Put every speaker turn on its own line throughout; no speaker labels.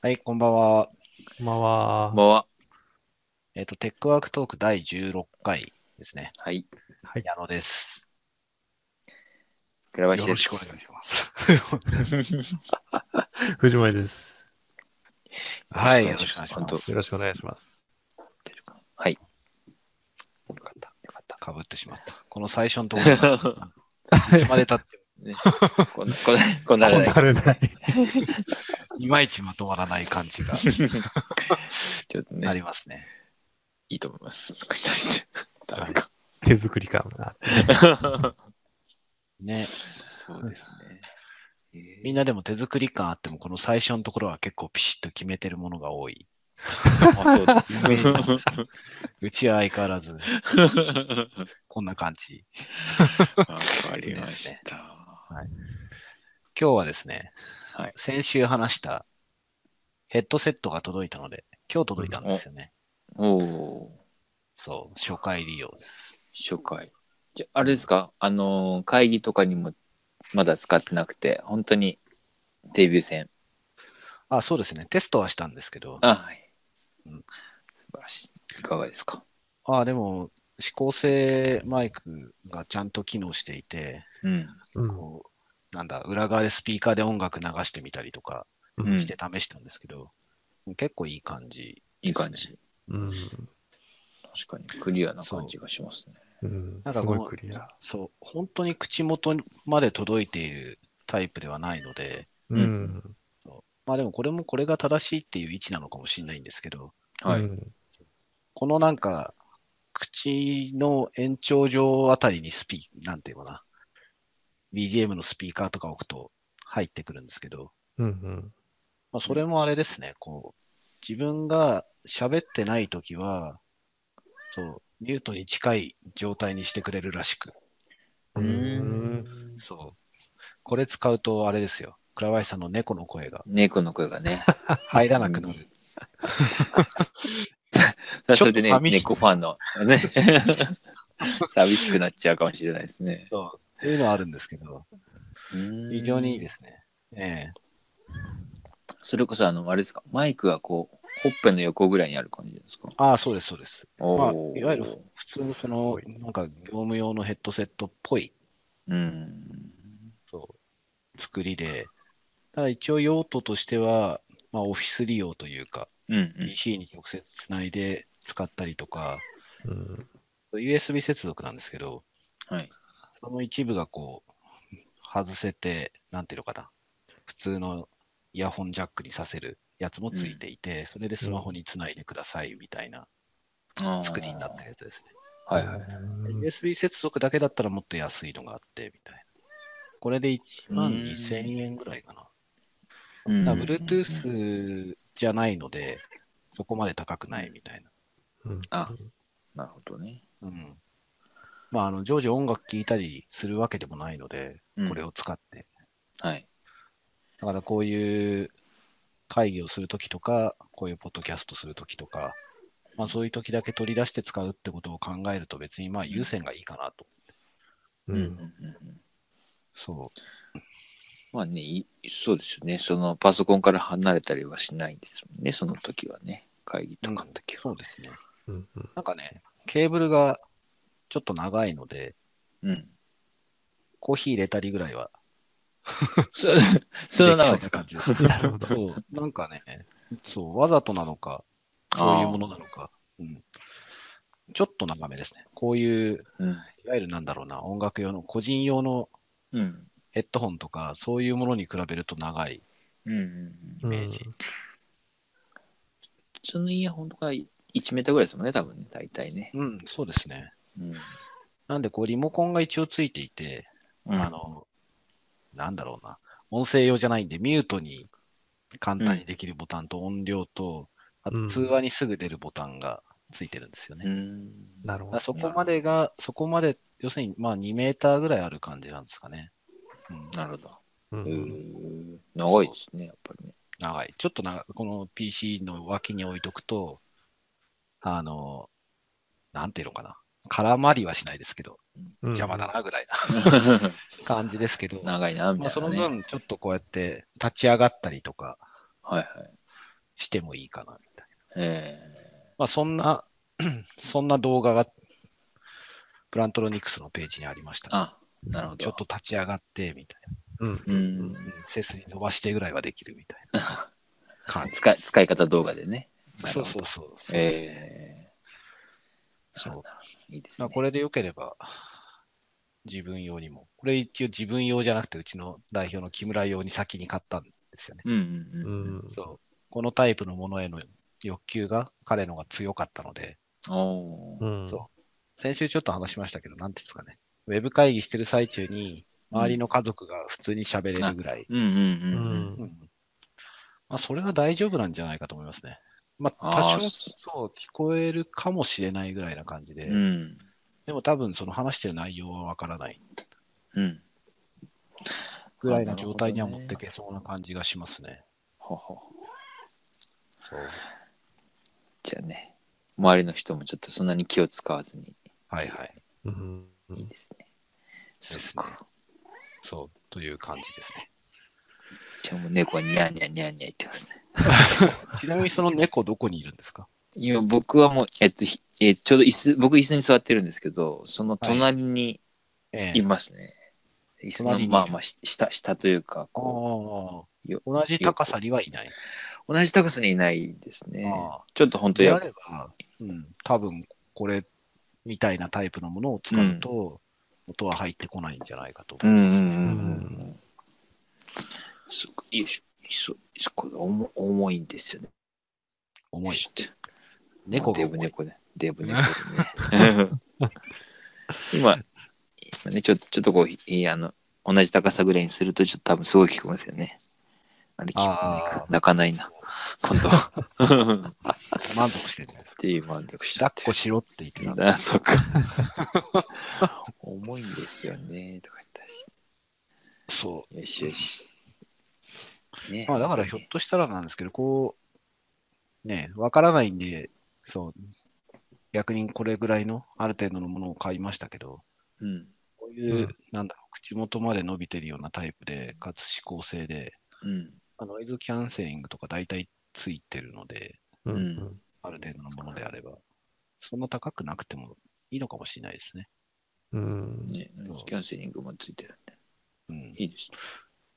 はい、こんばんは。
こんばんは
こん。ばんは。
えっと、テックワークトーク第16回ですね。
はい。
はい。
矢野です。
倉
よ
林で
ろ
す。
しくお願いします。
藤森です。
はい、よ
よ
ろ
ろ
し
し
く
く
お願
お願
いしま。
いします
よろしくお願いします。
はい。よかった。よかった。
かぶってしまった。この最初のところが、いつまでたっても、
こんな、こんな、こんな
こん
ぐらい
なあれない。
いまいちまとまらない感じが
ちょっ
あ
とね、
ります ね。
いいと思います。ダメか。
手作り感があって。
ね、
そうですね。
みんなでも手作り感あっても、この最初のところは結構ピシッと決めてるものが多い。
あそうです。
うちは相変わらず、こんな感じ。
わかりました。
今日はですね、
はい
先週話したヘッドセットが届いたので、今日届いたんですよね。
おお
そう、初回利用です。
ー、初回。じゃあ、あれですかあのー、会議とかにもまだ使ってなくて、本当にデビュー戦。
あ、そうですね。テストはしたんですけど、
あ、はい。
うん
素晴らしい。いかがですか
あでも、指向性マイクがちゃんと機能していて、
うん。
うん。
こう、なんだ、裏側でスピーカーで音楽流してみたりとか
う
うん
して試したんですけど、結構いい感じ。
いい感じ。
うん。
確かにクリアな感じがしますね。
うん
なんか
す
この
ごいクリア。
そう、本当に口元まで届いているタイプではないので、
う
うん。
まあでもこれもこれが正しいっていう位置なのかもしれないんですけど、
はい。
うん。
このなんか、口の延長上あたりにスピ、なんていうのかな、BGM のスピーカーとか置くと入ってくるんですけど、
うん。
まあ、それもあれですね、こう、自分が喋ってないときは、そう、ミュートに近い状態にしてくれるらしく、
う。
うん
そう。これ使うとあれですよ、倉林さんの猫の声が
猫の声 がね。
入らなくなる。
うん。それで
ちょっと、寂
ね
しい
猫ファンの、ね、 寂しくなっちゃうかもしれないですね。。
そう。っていうのはあるんですけど、非常にいいですすね。ええ
それこそ、あの、あれですか、マイクがこう、ほっぺの横ぐらいにある感じですか
ああ、そうです、そうです。まあ
お、ー
いわゆる普通のそ
す
の
ごい、
なんか業務用のヘッドセットっぽい
うん。
そう作りで、ただ一応用途としては、まあ、オフィス利用というか、
うんうん。
PC に直接つないで使ったりとか、
うん。
USB 接続なんですけど、
はい。
その一部がこう、外せて、なんていうのかな、普通のイヤホンジャックにさせるやつもついていて、それでスマホにつないでくださいみたいな
あー
作りになってるやつですね。
はいはい。
USB 接続だけだったらもっと安いのがあって、みたいな。これで1万2000円ぐらいかな。
うん
だから Bluetooth じゃないので、そこまで高くないみたい
うん。
あなるほどね。
な。うん。まあ、あの、常時音楽聴いたりするわけでもないので、
うん
これを使って。
はい。
だからこういう会議をするときとか、こういうポッドキャストするときとか、まあそういうときだけ取り出して使うってことを考えると別にまあ優先がいいかなと。
う
うんうん
ん。
うんうん。
そう。
まあね、いそうですよね。そのパソコンから離れたりはしないですもんね、その時はね。会議とかの時は。
そうですね。
うん。
なんかね、ケーブルがちょっと長いので、
うん。
コーヒー入れたりぐらいは
そ その中
できそうな
ですか
感。じです。
なるほど。
そう、なんかね、そう、わざとなのか、そういうものなのか、うん。ちょっと長めですね。こういう、
うん。
いわゆるなんだろうな、音楽用の、個人用の
うん。
ヘッドホンとか、そういうものに比べると長い
うんうんうん。
イメージ。
普通のイヤホンとか1メーターぐらいですもんね、多分ね、大体ね。
うん、そうですね。
うん。
なんで、こう、リモコンが一応ついていて、
うん
あ、の、なんだろうな、音声用じゃないんで、ミュートに簡単にできるボタンと音量と、あ
う
と
ん
通話にすぐ出るボタンがついてるんですよね。
うん。
なるほ
あ
ど。
そこまでが、そこまで、要するにまあ2メーターぐらいある感じなんですかね。うん、
なるほど。
う。
うんん。長いですね、やっぱり ね。
長い。ちょっとな、この PC の脇に置いとくと、あの、なんていうのかな。絡まりはしないですけど、邪魔だなぐらい な感じですけど、
長いな、み
ま
た
あ、
いな、ね。
その分、ちょっとこうやって立ち上がったりとか、
はいはい。
してもいいかな、みたいな。
え
まあ、そんな、 そんな動画が、プラントロニクスのページにありました
ー、
ね、
あ、なるほど。
ちょっと立ち上がって、みたい
うん。
うん。
な。背筋伸ばしてぐらいはできるみたいな感じ。
使い、使い方動画でね。
そうそう
う。
そう。そうですね
えー、
そう
いいです
まあ、
ね。
これでよければ、自分用にも。これ一応自分用じゃなくて、うちの代表の木村用に先に買ったんですよね。
うんうん
う
うん。
ん。
そう。このタイプのものへの欲求が彼のが強かったので、
お
う
ー
ん。
そ先週ちょっと話しましたけど、なんていうんですかね。ウェブ会議してる最中に、周りの家族が普通に喋れるぐらい。
うんうんう
うんん。
うん。
うんまあ、それは大丈夫なんじゃないかと思いますね。まあ、
あー
多少
そ
そう聞こえるかもしれないぐらいな感じで、
うん。
でも多分その話してる内容はわからない
うん。
ぐらいな状態には持ってけそうな感じがしますね。
ほほ。
そう
じゃあね、周りの人もちょっとそんなに気を使わずに
はいはい。
うん。
いいですね。
す
そ
ね
っか。
そう、という感じですね。
じゃあもう猫はニャーニャーニャーニャー言ってますね。
ちなみにその猫どこにいるんですか
いや、僕はもう、えっと、ひえちょうど椅子、僕椅子に座ってるんですけど、その隣に
え
いますね。椅子の
隣にいる
まあまあし下、下というか、
あ
こ
ー
よ
同じ高さにはいない。
う、同じ高さにいないですね
あ。
ちょっと本当
であ
や、
れば、うん、多分これみたいなタイプのものを使うと、音は入ってこないんじゃないかと
うん
思
う
い
ん
ま
う
す
ん
ね。
うん。そっか、よいしょ、よいしょよいしょこれ重重いんですよね。
重い。
ちょっと
猫が
デブ
重い。
猫ね。デブ猫でね。 今、今ね、ちょっと、ちょっとこうい、あの、同じ高さぐらいにすると、ちょっと多分すごい聞こえますよね。あれ聞こえないか
あ。ー
泣かないな。今 度は。っ
満足してるんじゃないですか。
ていう満足しちゃっ
抱
て
っこしろって言ってた。
あ、そっか。 重いんですよね、とか言ったりし
そ
よしよし。ね
う。まあだからひょっとしたらなんですけど、こう、ね、わからないんで、そう、逆にこれぐらいのある程度のものを買いましたけど、
うん。
こういう、
うん
なんだろう、口元まで伸びてるようなタイプで、かつ指向性で、
うん。
まあノイズキャンセリングとか大体ついてるので、
うんん。
ある程度のものであれば、そんな高くなくてもいいのかもしれないですね。
うん。
ね、キャンセリングもついてるんで。
うん。
いいですね。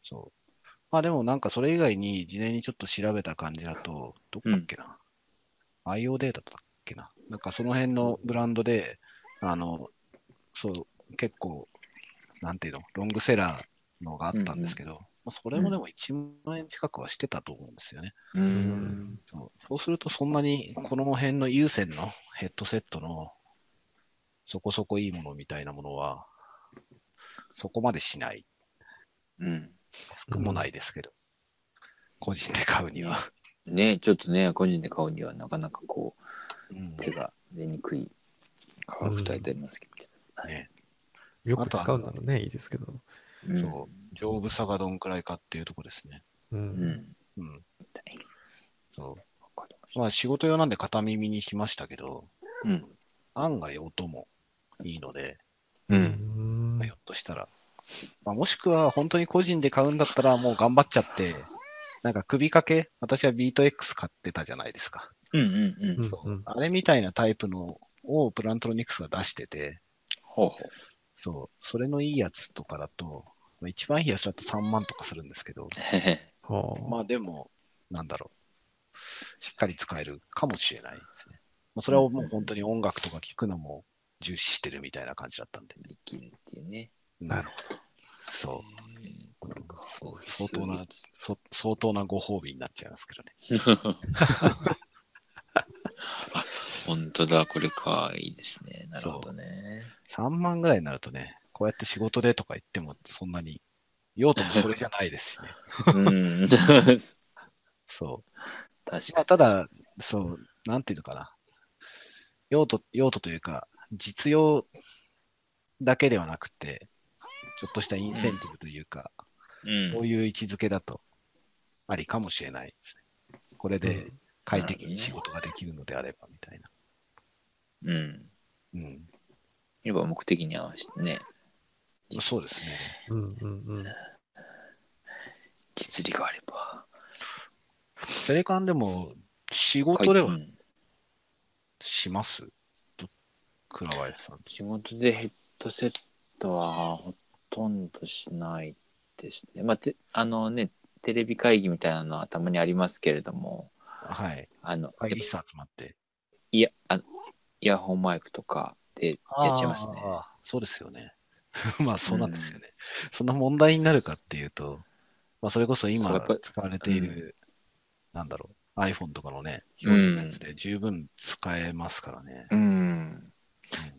そう。まあでもなんかそれ以外に事前にちょっと調べた感じだと、どこだっけな、?IO データだっけななんかその辺のブランドで、あの、そう、結構、なんていうの、ロングセラーのがあったんですけど、まあそれもでも1万円近くはしてたと思うんですよね。
う。
うんん。
そうそうすると、そんなにこの辺の有線のヘッドセットのそこそこいいものみたいなものは、そこまでしない。
うん。
少もないですけど、個人で買うには。
ねちょっとね、個人で買うにはなかなかこ
うん
う、手が出にくい価格帯でありますけ
ね、
よく使うならね、いいですけど。
ど。ん
そう。丈夫さがどんくらいかっていうとこですね。
う。
うんん。
うん。
はい
そ
わかりまし
う。まあ仕事用なんで片耳にしましたけど、
たうん。
案外音もいいので、
う。
うんん
まあひょっとしたら。まあ、もしくは本当に個人で買うんだったらもう頑張っちゃって、なんか首掛け、私はビート X 買ってたじゃないですか。
うんうんうん。
そう
うん
あれみたいなタイプのをプラントロニクスが出してて、
ほうほう。
そう、それのいいやつとかだと、まあ一番いいやつだと3万とかするんですけど、
へへ。
はあ
まあでも、なんだろう、しっかり使えるかもしれないですね。まあそれはもう本当に音楽とか聞くのも重視してるみたいな感じだったんでね。
できるっていうね。
なる
ほど。そう、
うんこれか。
相当なそ相当なご褒美になっちゃいますけどね。
本当だ、これか。いいですね。なるほどね。
3万ぐらいになるとね、こうやって仕事でとか言っても、そんなに、用途もそれじゃないですしね。
うん。
そう。
確
まあ、
かに。
た、だ、そう、なんていうのかな。用途、用途というか、実用だけではなくて、ちょっとしたインセンティブというか、
うん
こう。いう位置づけだと、ありかもしれないですね。これで快適に仕事ができるのであれば、みたいな。
うん。
うん。
やっぱ目的に合わせてね、
そうですね。
うんうんうん。
実利があれば。
ペレカンでも、仕事ではします、と倉林さん。
仕事でヘッドセットはほとんどしないですね。まあ、てあのね、テレビ会議みたいなのはたまにありますけれども、
はい。
あの、
会議室集まって。
いや、あのイヤホンマイクとかでやっちゃいますね。
ああそうですよね。 まあそうなんですよね。そんな問題になるかっていうと、まあそれこそ
そうや
今
っぱり
使われている、なんだろう、iPhone とかのね、標準のやつで十分使えますからね。
うん、
うん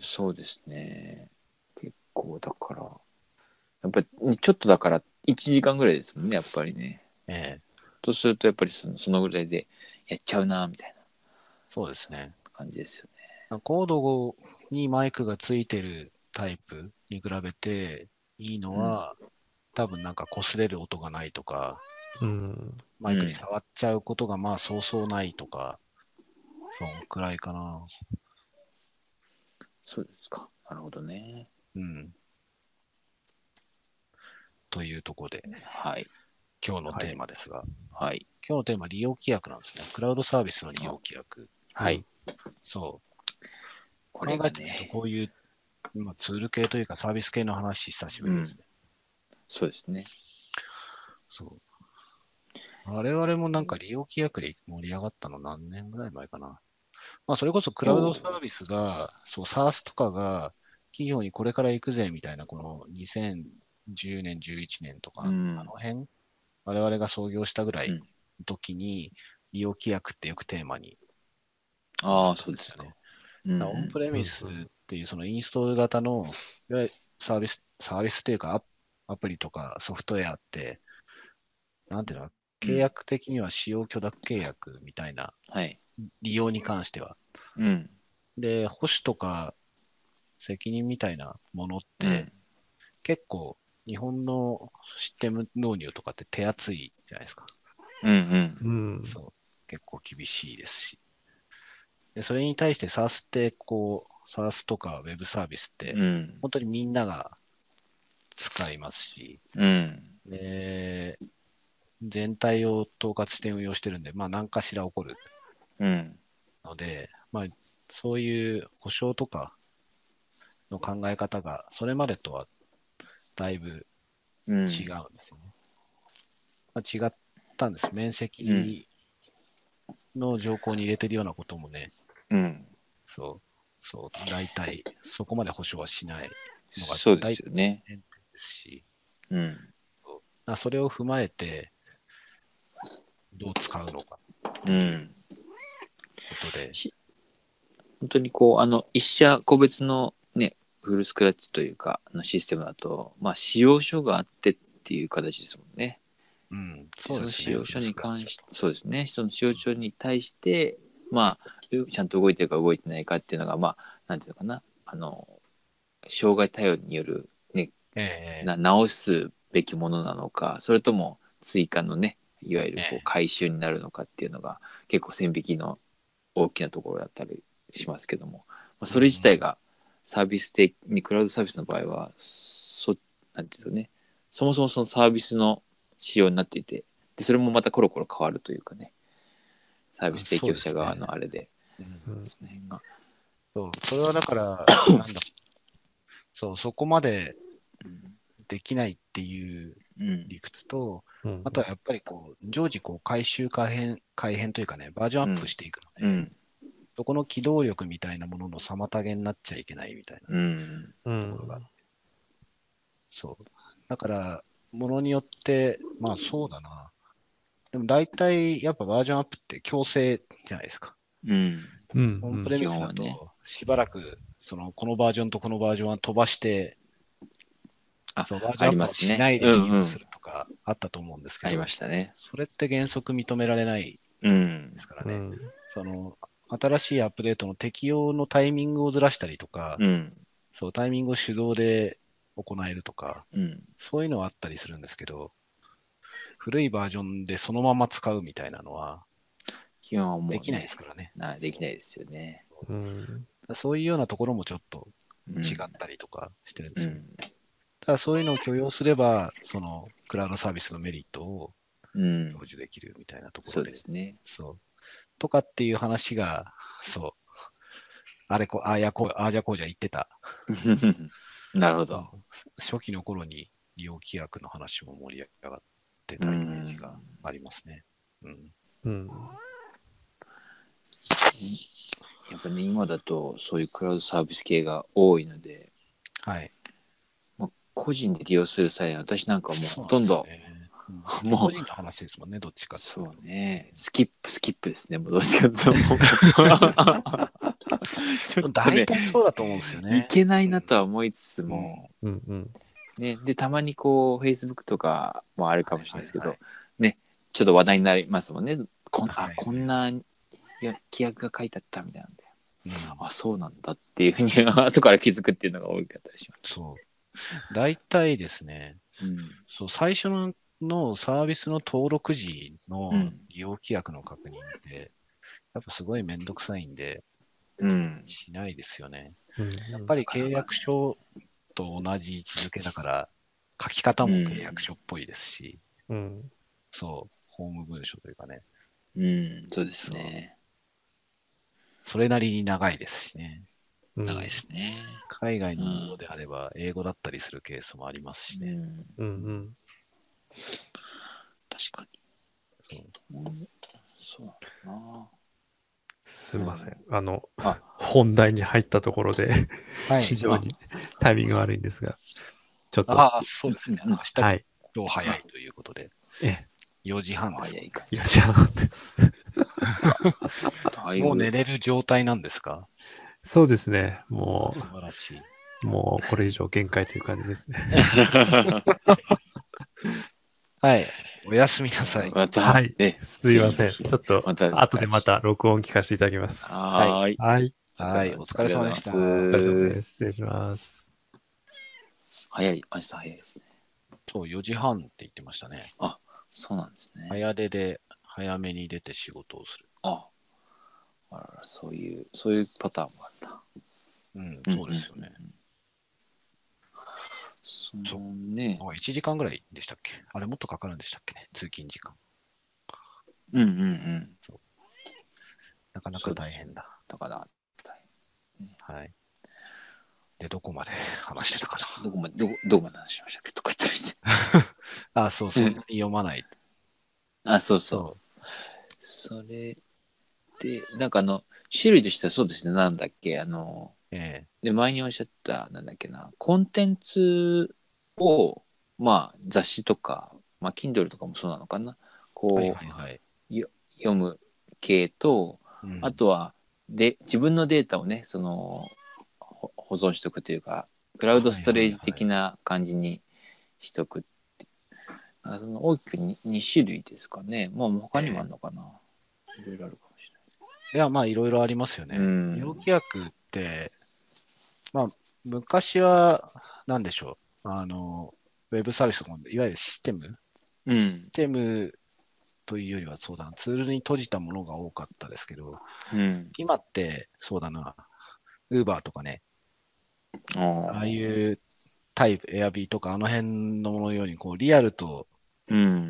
そうですね。結構だから、やっぱりちょっとだから1時間ぐらいですもんね、やっぱりね。
ええ、
とするとやっぱりそのそのぐらいでやっちゃうな、みたい
そうですね。
な感じですよね。
コードにマイクがついてるタイプに比べていいのは、多分なんか擦れる音がないとか、
うん。
マイクに触っちゃうことがまあそうそうないとか、そんくらいかな。
そうですか。なるほどね。
うん。というところで、
はい。
今日のテーマですが、
はい。
今日のテーマ、利用規約なんですね。クラウドサービスの利用規約。
はい。
そう。
こ
考
れ
え
が
てみると、
ね、
こういう、まあ、ツール系というかサービス系の話、久しぶりですね。
そうですね。
そう。我々もなんか利用規約で盛り上がったの何年ぐらい前かな。まあ、それこそクラウドサービスが、そう、SARS とかが、企業にこれから行くぜみたいな、この2010年、11年とか、
うん
あの辺、我々が創業したぐらい
うん
の時に、利用規約ってよくテーマに、
ああ、そうですか。う
だ
ん
からオンプレミスっていう、そのインストール型の、いわゆるサービス、サービスっていうかア、アプリとかソフトウェアって、なんていうの、契約的には使用許諾契約みたいな、
はい。
利用に関しては。
うん。
で、保守とか責任みたいなものっ
う
て、
ん。
結構、日本のシステム納入とかって手厚いじゃないですか。
うんうん。
うん。
そう結構厳しいですし。でそれに対して SARS って、こう、SARS とか Web サービスって、
うん。
本当にみんなが使いますし、
うん。
で全体を統括して運用してるんで、まあ、何かしら起こる
うん。
ので、まあ、そういう保証とかの考え方が、それまでとはだいぶ
うん。
違うんですよね。まあ、違ったんです。面積の条項に入れてるようなこともね、
うん。
そう、そう、大体、そこまで保証はしないのが
そうですよね。
ですし、
うん。
まあそれを踏まえて、どう使うのかというこ
うん。
とで、
本当にこうあの一社個別のねフルスクラッチというかのシステムだとまあ使用書があってっていう形ですもんね。
うん、、
その使用書に関しててそうですねその使用書に対してまあうちゃんと動いてるか動いてないかっていうのがまあなんていうのかなあの障害対応による
ええ
な直すべきものなのかそれとも追加のねいわゆるこ
ええ
う回収になるのかっていうのが結構線引きの大きなところだったりしますけども、まあ、それ自体がサービス的にクラウドサービスの場合はそなんていうのねそもそもそのサービスの仕様になっていてでそれもまたコロコロ変わるというかねサービス提供者側のあれで
うん
うん
その辺が
そう、それはだ から、なんだそう、そこまでできないっていう
うん
理屈と、
うん
あとはやっぱりこう、常時こう、回収改変、改変というかね、バージョンアップしていくので、
うん
そこの機動力みたいなものの妨げになっちゃいけないみたいな。
うん
う
と
ん
ころがあってそう。だから、ものによって、まあそうだな。でも大体、やっぱバージョンアップって強制じゃないですか。
うん
うん
オンプレミス
基本
だ
はね
と、しばらく、その、このバージョンとこのバージョンは飛ばして、
あ
そう、バージョンアップをしないで
ありますね
利用するとか、あったと思うんですけ
あ
ど、
りましたね
それって原則認められない
うん
ですから
う
ね。
ん
その、新しいアップデートの適用のタイミングをずらしたりとか、
うん
そう、タイミングを手動で行えるとか、
うん
そういうのはあったりするんですけど、古いバージョンでそのまま使うみたいなのは
基本はもうね、
できないですからね。
なできないですよね。
うん
そういうようなところもちょっと
うん
違ったりとかしてるんで
う
すよ。
ん
ただそういうのを許容すれば、そのクラウドサービスのメリットを
うん
享。受できるみたいなとこ
そ
ろ
う
で。
です ね。
そう。とかっていう話が、そう。あれこ、ああやこう、ああじゃこうじゃ言ってた。
なるほど。
初期の頃に利用規約の話も盛り上がってたイメージがありますね。うん。
うん。
やっぱね、今だとそういうクラウドサービス系が多いので、
はい。
個人で利用する際は私なんかもう
そう
ほとんど、
ですね うん
も
個
う、
人の話ですもんね、どっちかっていうと
そうね、スキップ、スキップですね、もうどうしようとも。 ちょっと
大
ね、
体そうだと思うんですよね。
いけないなとは思いつつも、
うん。うん。
ね、で、たまにこう、Facebook とかもあるかもしれないですけど、
はいはい
ね、ちょっと話題になりますもんね。こんあ
はい
こんないや規約が書いてあったみたいなんで、
うん
あ、そうなんだっていうふうに、後から気づくっていうのが多かったりします。
そう。大体ですね、
うん
そう最初ののサービスの登録時の
うん
利用規約の確認って、やっぱすごいめんどくさいんで、
うん。
しないですよね。
うん
やっぱり契約書と同じ位置づけだから、書き方も契約書っぽいですし、
うん。
そう、法務文書というかね、
うん、そうですね。
それなりに長いですしね。
うん
長いですね。
海外のものであれば、英語だったりするケースもありますし
う
ね。
ん、
うん
確かに。
そう
うんそうだな。
すみません。あの
あ、
本題に入ったところで、
はい
非常にタイミング悪いんですが、ちょっと、
ああ、そうですね。
うん
明日
はい。
今日早いということで、
ええ、
4時半です
早いか。
よしゃんです。
だいぶ
もう寝れる状態なんですか
そうですね。も
素晴らしい。
う、もうこれ以上限界という感じですね。
はい。おやすみなさい。
また、
はい
ね。
すいません。ちょっと、
また
後でまた録音聞かせていただきます。は
はーい。
い。
はい。お疲れ様でした。
お疲
お
れ様
疲れ様です。失礼します。
早い、明日早いですね。
そう、4時半って言ってましたね。
そうなんですね。
早出で、早めに出て仕事をする。
ああらら、そういう、そういうパターンもあった。
うん、そうですよね。
んうんうん。そのね、
あ1時間ぐらいでしたっけあれもっとかかるんでしたっけね通勤時間。
うんうんうん。
なかなか大変だ。
だから、
はい。で、どこまで話してたか
どこまで、どこどこまで話しましたっけとか言ったりして。
な。あ、そう、そんなに読まない。
あ、そうそう。それで、なんかあの、種類としてはそうですね、なんだっけ、あの、
ええ
で、前におっしゃった、なんだっけな、コンテンツを、まあ、雑誌とか、まあ、Kindle とかもそうなのかな、こう、
はいはいはい。
読む系と、
うん
あとはで、自分のデータをね、その、ほ保存しとくというか、クラウドストレージ的な感じにしとくって。なんかその大きく 2, 種類ですかね。まあ、他にもあるのかな。いろいろあるかもしれないです
いや、まあ、いろいろありますよね。
うん
要規約って、まあ、昔は、なんでしょう、あの、ウェブサービスとかも、いわゆるシステム、
けど。うん。
システムというよりは、そうだな、ツールに閉じたものが多かったですけど、
うん。
今って、そうだな、ウーバーとかね、
あ
ああい。うタイプ、エアビーとか、あの辺のものように、こう、リアルと
うん。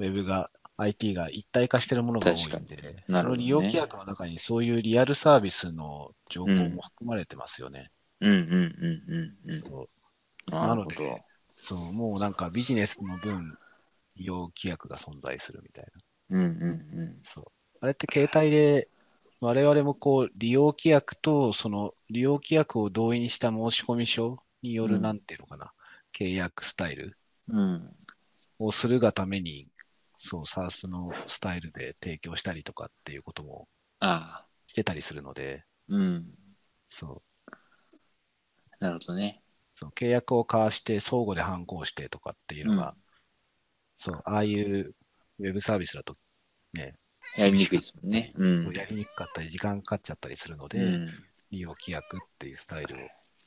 ウェブが、IT が一体化してるものが多いんで、
な
その
るほどね
利用規約の中にそういうリアルサービスの情報も含まれてますよね。
うんうんうんうんうん。
そう
な
な
る
の
ほ
で
ど。
そう、もうなんかビジネスの分、利用規約が存在するみたいな。
うんうん
そう。あれって携帯で、我々もこう、利用規約と、その利用規約を同意にした申込書によ
う
る、
ん
なんていうのかな、契約スタイル
うん。うん。
をするがために、そう、サースのスタイルで提供したりとかっていうことも
ああ。
してたりするので、
うん。
そう、
なるほどね。
そう契約を交わして、相互で反抗してとかっていうのが、そう、ああいうウェブサービスだと、ね、
やりにくいですもんね。うん。
そうやりにくかったり、時間かかっちゃったりするので、
うん。
利用規約っていうスタイルを、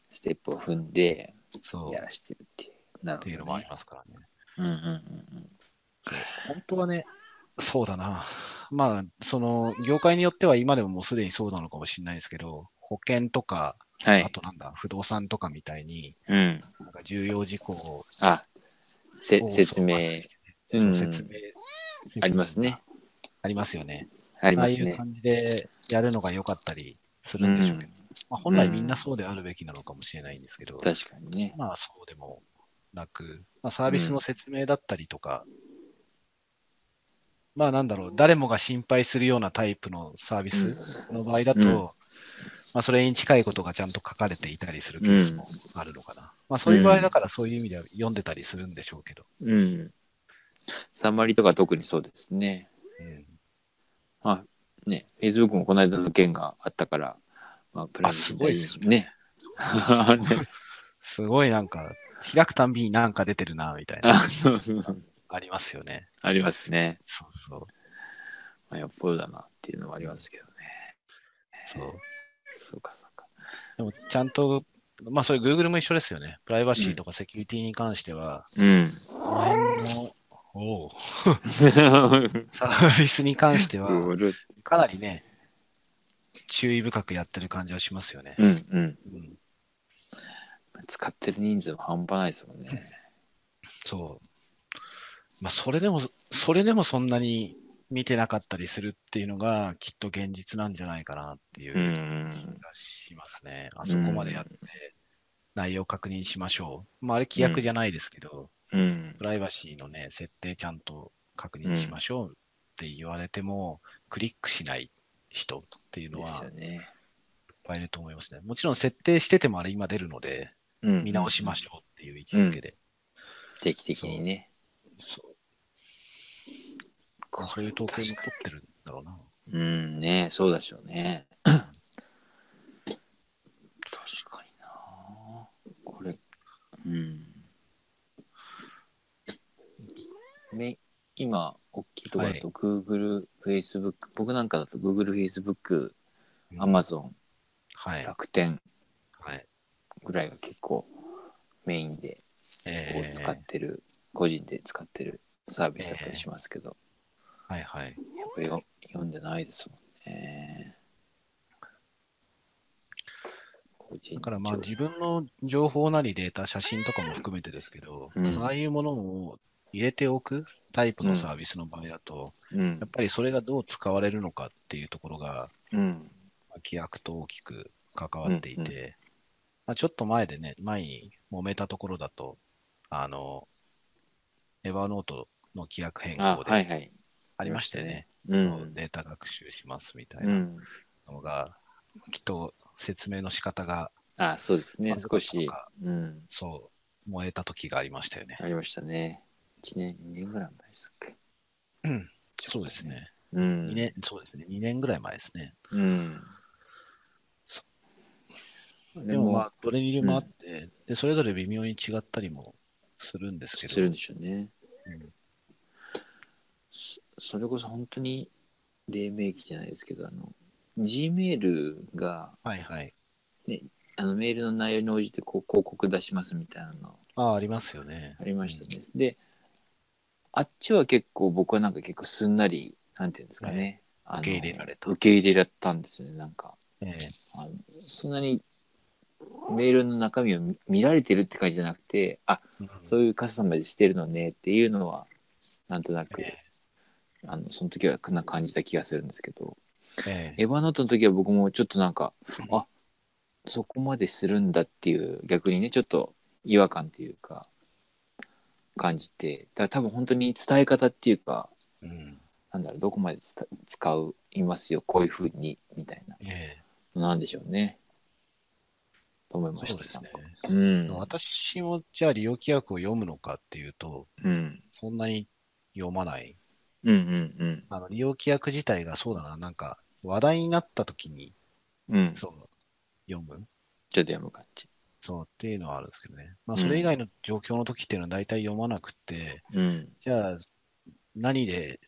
ステップを踏んで
そう、
や
っ
らしてるっていう。なるほど、ね。
ていうのもありますからね。
うんうんうん
そう本当はね、そうだな。まあ、その、業界によっては今でももうすでにそうなのかもしれないですけど、保険とか、
うん。は
あ
い。
となんだ、不動産とかみたいに、
うん。
なんか重要事項を
あ、せ
そう
説明。
そう
うん
説明
ありますね。
ありますよね。
あり
ああ
ま
い
す
う
ね。
感じでやるのが良かったりす
う
るん
ん
でしょうけど、まあ、本来みんなそうであるべきなのかもしれないんですけど、
確かにね。
まあそうでもなく、まあ、サービスの説明だったりとか、まあなんだろう、誰もが心配するようなタイプのサービスの場合だと、
うん
まあそれに近いことがちゃんと書かれていたりするケースもあるのかな。まあそういう場合だからそういう意味では読んでたりするんでしょうけど、
うん。サマリとか特にそうですね。
うん
まあ、ね、Facebook もこの間の件があったから、まあ、プライバシー大事ですもんね。ね
すごいなんか、開くたんびになんか出てるな、みたいな、
あ、そうそうそう。
ありますよね。
ありますね。
そうそう。
まあ、よっぽどだなっていうのもありますけどね。
そう
そうか、そうか。
でもちゃんと、まあそれ Google も一緒ですよね。プライバシーとかセキュリティに関しては、
うん。
この辺の、おうサービスに関しては、
うんルー
かなりね、注意深くやってる感じはしますよね。
うんうん。
うん
使ってる人数も半端ないですもんね。
そう。まあそれでも、それでもそんなに見てなかったりするっていうのが、きっと現実なんじゃないかなっていうう気
ん。
がしますね。あそこまでやって、内容確認しましょう。まああれ規約じゃないですけど、
うん
プ。ライバシーのね、設定ちゃんと確認しましょうって言われても、クリックしない人っていうの
で
は
す
い
よ
っ
ね。
ぱいいると思いますね。もちろん設定しててもあれ今出るので、
うん
見直しましょうっていう位置づけで。
定期的にね。
そうそういう統計も取ってるんだろうな。
うんね、そうでしょうね。確かにな。これ、うん。ね、今、大きいところだと Google、Facebook、僕なんかだと Google、Facebook、Amazon、
はい。
楽天
はい。
ぐらいが結構メインでこ
え
う
ー
使ってる、個人で使ってるサービスだったりしますけど、
はいはい。
やっぱよ読んでないですもんね。個人
だからまあ自分の情報なりデータ、写真とかも含めてですけど、
うん
ああいうものを入れておくタイプのサービスの場合だと、
うん
やっぱりそれがどう使われるのかっていうところが、
うん
まあ規約と大きく関わっていて、まあ、ちょっと前でね、前に揉めたところだと、あの、エヴァノートの規約変
あ
更
はい
で
はい。
ありましたよね。
う、
そうデータ学習しますみたいうなんのが、きっと説明の仕方が、
あそうですね、
まず
少し
なんか、
うん、
そう、燃えた時がありましたよね。
ありましたね。1年、2年ぐらい前ですっけ。
そうですね。
うん。
2年、そうですね。2年ぐらい前ですね。
うん。
でもまあ、どれにでもあって、で、それぞれ微妙に違ったりもするんですけど。
するんでしょうね。
うん
そそれこそ本当に黎明期じゃないですけど、あの、Gmail が
はいはい。
あのメールの内容に応じてこう広告出しますみたいなの
ああ、ありますよね。
ありましたね。で、あっちは結構僕はなんか結構すんなり、なんていうんですかね。あの
受け入れられた
受け入れられたんですよね、なんか。
ええ
あのそんなにメールの中身を見見られてるって感じじゃなくて、あ、そういうカスタマイズしてるのねっていうのは、なんとなく、
え
あのその時はかな感じた気がするんですけど、
ええ
エヴァノートの時は僕もちょっとなんか、あそこまでするんだっていう、逆にね、ちょっと違和感というか、感じて、だから多分本当に伝え方っていうか、
うん
なんだろう、どこまでつた使う、いますよ、こういうふうに、みたいな、
え
なんでしょうね。と思い
え
まし
そう
た。
ですね。
うん。
私もじゃあ利用規約を読むのかっていうと、
うん。
そんなに読まない。
うんうん
あの利用規約自体がそうだな、なんか話題になった時に、
うん。うん。ちょっ
そう、読む。
と読む感じ。
そうっていうのはあるんですけどね。まあ、
うん
それ以外の状況の時っていうのは大体読まなくて、
うん。
じゃあ、何で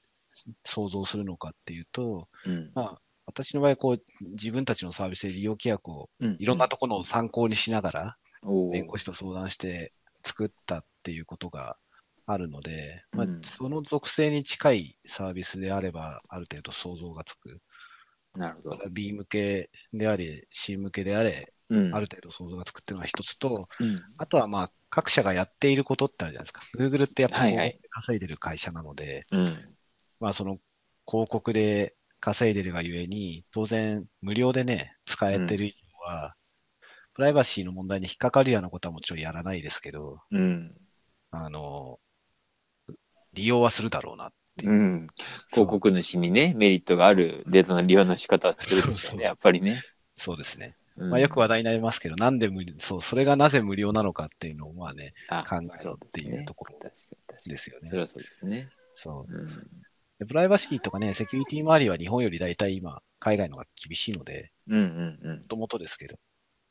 想像するのかっていうと、
うん。
まあ、私の場合、こう、自分たちのサービスで利用規約を
うん
いろんなところを参考にしながら、
おー
弁護士と相談して作ったっていうことがあるので、まあ
うん、
その属性に近いサービスであれば、ある程度想像がつく。
なるほど。
B 向けであれ、C 向けであれ、
うん
ある程度想像がつくっていうのが一つと、
うん。
あとはまあ、各社がやっていることってあるじゃないですか。Google ってやっぱ
は
り
いはい
稼いでる会社なので、
うん。
まあその広告で稼いでるがゆえに、当然無料でね、使えてる以上は、プライバシーの問題に引っかかるようなことはもちろんやらないですけど、
うん。
あの、利用はするだろうな。
うん。広告主にね、メリットがあるデータの利用の仕方をするで
そう
しょ
そうう
ね、やっぱりね。
そうですね。
うん
まあよく話題になりますけど、なんで無理、そう、それがなぜ無料なのかっていうのをまあね、
あ
考え
そ
ろっていうところ
うですね確かに確かに。
ですよ
それ
ね。
はそうですね。
そう
うん。
でプライバシーとかね、セキュリティ周りは日本より大体今、海外の方が厳しいので、
うんうんうん
も。ともとですけど、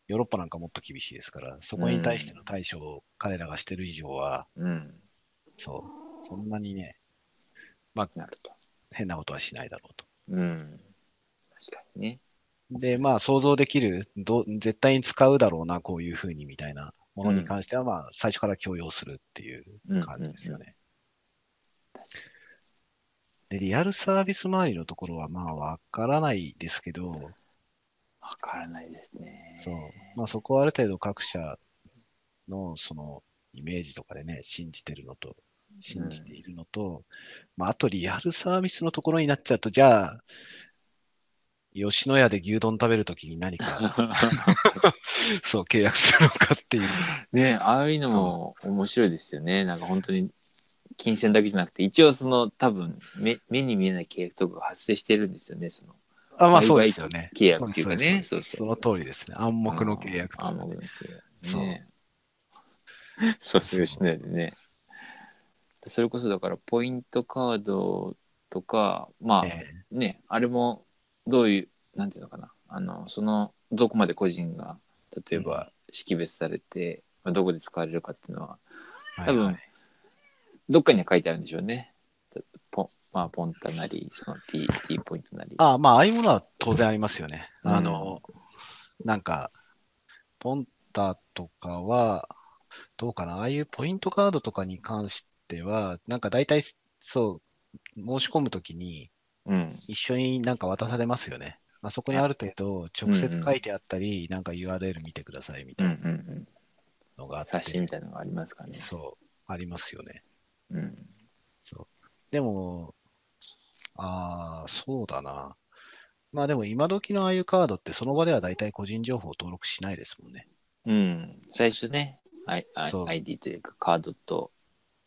ヨーロッパなんかもっと厳しいですから、そこに対しての対処を彼らがしてる以上は、
うん。
そう、そんなにね、
なると。
変なことはしないだろうと。
うん。確かにね。
で、まあ、想像できるど、絶対に使うだろうな、こういうふうにみたいなものに関しては、まあ、最初から強要するっていう
うん
感じですよね。。
うんうん確か
で、リアルサービス周りのところは、まあ、わからないですけど、
にわからないですね。
そう。まあ、そこはある程度各社の、その、イメージとかでね、信じてるのと、信じているのと、まあ、あとリアルサービスのところになっちゃうと、じゃあ、吉野家で牛丼食べるときに何か、 そう、契約するのかっていう。
ねああいうのも面白いですよねなんか本当に金銭だけじゃなくて一応その多分目目に見えない契約とかが発生してるんですよねその
あ、まあ
売買
そうですよね。
契約っていうか
そ
ね
うです
そ
そううですその通りですね。暗黙の契約とか
暗
ね、
黙の契約ね そうそうしないでねそれこそだからポイントカードとかまあ、
え
ねあれもどういうなんていうのかなあのそのどこまで個人が例えば識別されて、まあどこで使われるかっていうのは
え
多分
はいはい
どっかには書いてあるんでしょうね。ポンまあ、ポンタなり、その T, T ポイントなり。
あまあ、ああいうものは当然ありますよね。
うん
あの、なんか、ポンタとかは、どうかな、ああいうポイントカードとかに関しては、なんか大体、そう、申し込むときに
うん。
一緒になんか渡されますよね。あそこにある程度、直接書いてあったり、なんか URL 見てくださいみ
う
た
んうんう。
いなんのがあって、
冊子みたいなのがありますかね。
そう、ありますよね。
うん。
でも、ああ、そうだな。まあでも今時のああいうカードってその場では大体個人情報を登録しないですもんね。
うん。最初ね、I
そう
ID というかカードと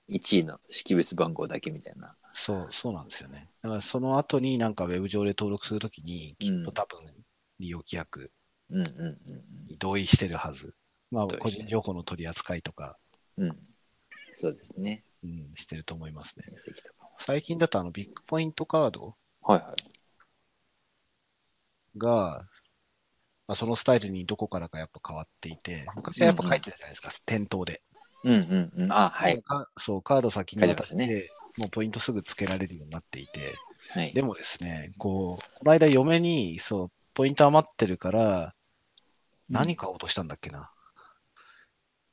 1位の識別番号だけみたいな。
そう、そうなんですよね。だからその後になんかウェブ上で登録するときに、きっ
うん
と多分利用規約
うんうん
に同意してるはず。まあ
同意してる
個人情報の取り扱いとか、
うんうん。うん。そうですね。
うん、してると思いますね。
面積とかも。
最近だとあのビッグポイントカード
はいはい。
が、まあ、そのスタイルにどこからかやっぱ変わっていて、昔はやっぱ書いてたじゃないですか、店頭で。
うんうんうん。あ、はい。
かそう、カード先に
書いて
渡
ま
し
す
て、
ね
もうポイントすぐつけられるようになっていて、
はい。
でもですね、こう、この間嫁に、そう、ポイント余ってるから、何買おうとしたんだっけな。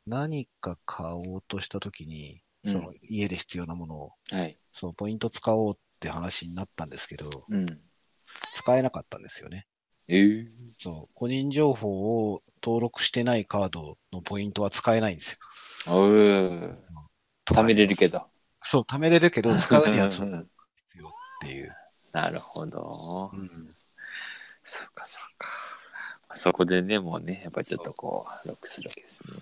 何か買おうとしたときに、その
う
家で必要なものを、
はい。
そう、ポイント使おうって話になったんですけど、
うん。
使えなかったんですよね。
えー、
そう、個人情報を登録してないカードのポイントは使えないんですよ。
おー貯めれるけど。
そう、貯めれるけど、使うにはそううん
うんうん
っていう。
なるほど。
うん
そうかそうか。まあそこでね、もうね、やっぱりちょっとこう、ロックするわけですね。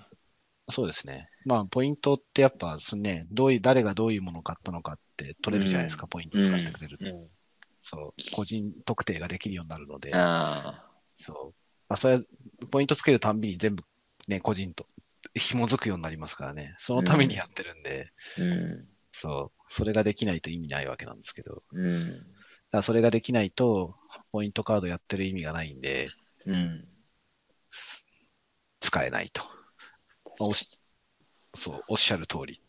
そうですね。まあ、ポイントってやっぱ、そのね、どういう、誰がどういうものを買ったのかって取れるじゃないですか、ポイント使ってくれると。そう、個人特定ができるようになるので、
ああ、
そう。まあ、それは、ポイントつけるたんびに全部、ね、個人と紐づくようになりますからね、そのためにやってるんで、
うん、
そう、それができないと意味ないわけなんですけど、だか
うん、
らそれができないと、ポイントカードやってる意味がないんで、
うん。
使えないと。まあおしそう、おっしゃる通り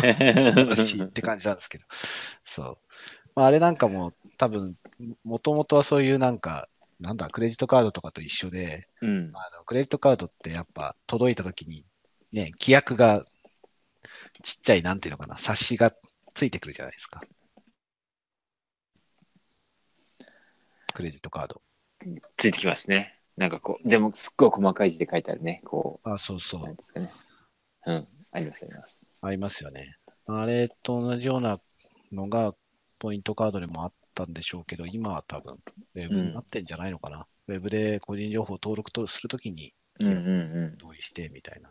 嬉しいって感じなんですけど。 そう。まあ、あれなんかも多分、もともとはそういうなんか、なんだ、クレジットカードとかと一緒で、
うん、
あのクレジットカードってやっぱ届いた時に、ね、規約がちっちゃい、なんていうのかな、冊子がついてくるじゃないですか。クレジットカード。
ついてきますね。なんかこう、でもすっごい細かい字で書いてあるね。こ、
あ、そうそう
なん
う、
ですかね。うん、ありますあります。
ありますよね。あれと同じようなのが、ポイントカードでもあったんでしょうけど、今は多分、ウェブになってんじゃないのかな。ウェブで個人情報を登録とするときに
うんうんうん。
同意してみたいな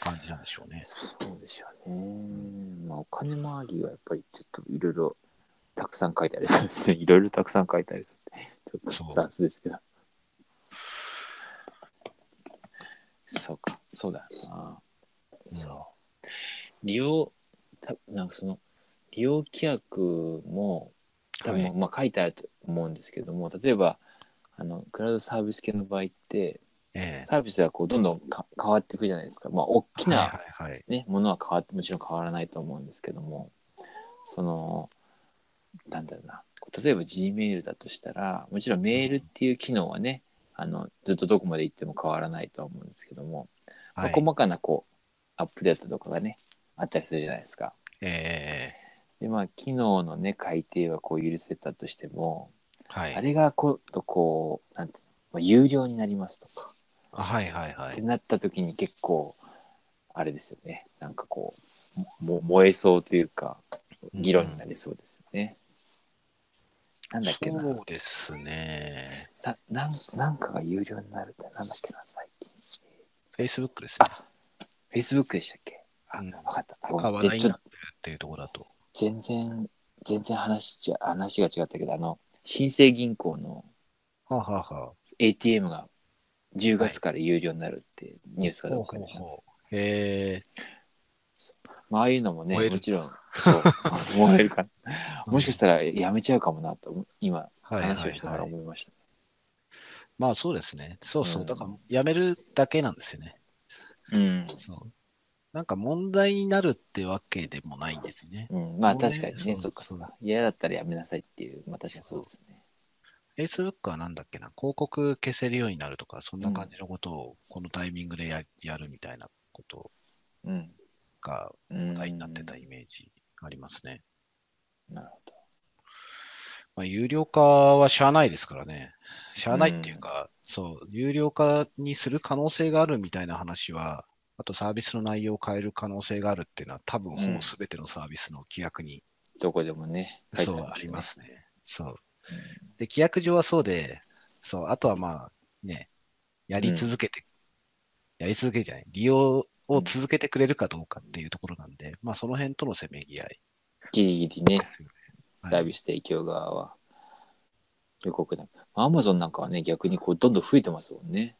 感じなんでしょうね。
そうでしょうね。まあ、お金周りはやっぱりちょっといろいろたくさん書いてありそうですね。 いろいろたくさん書いてありそうで。ちょっと雑ですけど。そうか、そうだよな。そう。利用、たなんかその、利用規約も、多分、
はい
まあ書いてあると思うんですけども、例えば、あの、クラウドサービス系の場合って、
ええ
サービスがこうどんどんか変わっていくじゃないですか。まあ、大きな、
はいはいはい。
ね、ものは変わってもちろん変わらないと思うんですけどもそのなんだろうな例えば Gmail だとしたらもちろんメールっていう機能はねあのずっとどこまで行っても変わらないとは思うんですけども、まあ
はい
細かなこうアップデートとかがねあったりするじゃないですか。
え
でまあ機能のね改定はこう許せたとしても、
えはい。
あれがこうこうなんてまあ、有料になりますとか、
あはいはいは
って
い。
なった時に結構あれですよねなんかこうも燃えそうというか
うん
議論になりそうですよね。なんだっけな
そうですね。
ななんなんかが有料になるってなんだっけな最近。
Facebook ですね。
Facebook でしたっけあ、
うん
分かった。
あ
あごめん
話
ぜ
題
ち
に
ょ
な
っ
っ
と
てるっていうところだと。
全然全然話じゃ話が違ったけどあの新生銀行の
はあはあはあ。
ATM が10月から有料になるってニュースがど
ほ
っ
うほ
かで
う
な
ほう。え
まあ、ああいうのもね、
燃える
もちろん、そう、 燃えるか。もしかしたらやめちゃうかもなと思う、今、
えはいはい
話をしながら
はい。
思いました。
まあそうですね。そうそうう。
ん
だから、やめるだけなんですよね。
うん。
そう。なんか問題になるってわけでもないんですよね。
うん、まあ、
もうね
確かにね、
そ
そうっかそ
そう
っか。嫌だったらやめなさいっていう、まあ、確かにそうですよね。
Facebook はなんだっけな、広告消せるようになるとか、そんな感じのことをこのタイミングでややるみたいなこと
うん。
が
うん。
話題になってたイメージありますね。
なるほど。
まあ、有料化はしゃあないですからね。しゃあないっていうか、そう、有料化にする可能性があるみたいな話は、あとサービスの内容を変える可能性があるっていうのは、多分ほぼ全てのサービスの規約に、
どこでもね、書い
そ
て
う
る
あ
んで
り
よね
ますね。そう。で、規約上はそうで、そう、あとはまあ、ね、やり続けて、やり続けるじゃない、利用を続けてくれるかどうかっていうところなんで、まあその辺とのせめぎ合い
うんギリギリね
で、すよね。
サービス提供側は、予告だ。アマゾンなんかはね、逆にこう、どんどん増えてますもんね。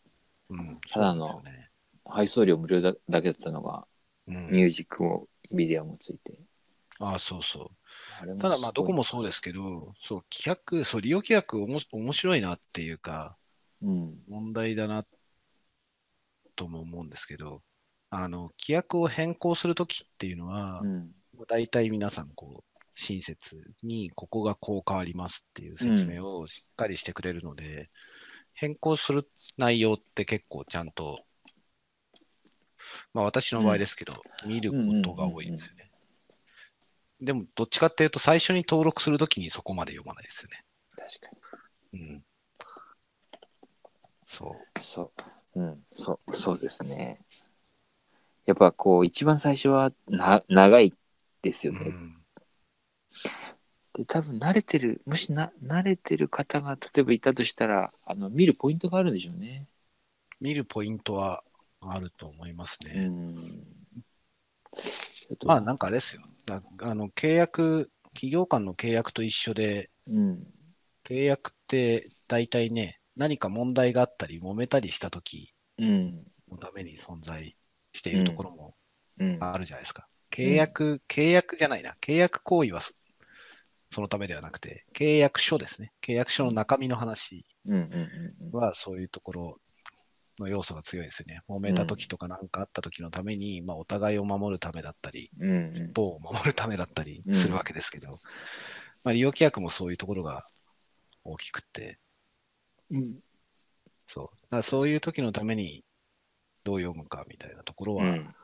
うん、
ただの
そうですよね
配送料無料だだけだったのが、
うん
ミュージックも、ビデオもついて。
ああ、そうそう。
あれも
ただまあ
すご
ど
い
こもそうですけど、そう、規約、そう、利用規約おもし面白いなっていうか、
うん。
問題だなとも思うんですけど、あの、規約を変更するときっていうのは、
うん。
大体皆さん、こう、親切に、ここがこう変わりますっていう説明をしっかりしてくれるので、変更する内容って結構ちゃんと、まあ私の場合ですけど、見ることが多いんですよね。でも、どっちかっていうと、最初に登録するときにそこまで読まないですよ
確か
ね。うん。そう。
に。そう。うん。そう、そうですね。やっぱこう、一番最初はな長いですよね。
うん
で、多分慣れてる、もしな慣れてる方が例えばいたとしたら、あの、見るポイントがあるんでしょうね。
見るポイントはあると思いますね。
うん。ちょっと
まあなんかあれですよ。だあの契約、企業間の契約と一緒で、
うん。
契約って大体ね、何か問題があったり、揉めたりしたとき
うん。
のために存在しているところも
うん。
あるじゃないですか。契約、契約じゃないな。契約行為はそそのためではなくて、契約書ですね。契約書の中身の話
うん。うん。うん。
はそういうところの要素が強いですよね。揉めたときとか何かあったときのために、まあお互いを守るためだったり、
うん。うん
党を守るためだったりするわけですけど、まあ、利用規約もそういうところが大きくって、
うん。
そうだからそういう時のためにどう読むかみたいなところ
う
は
ん。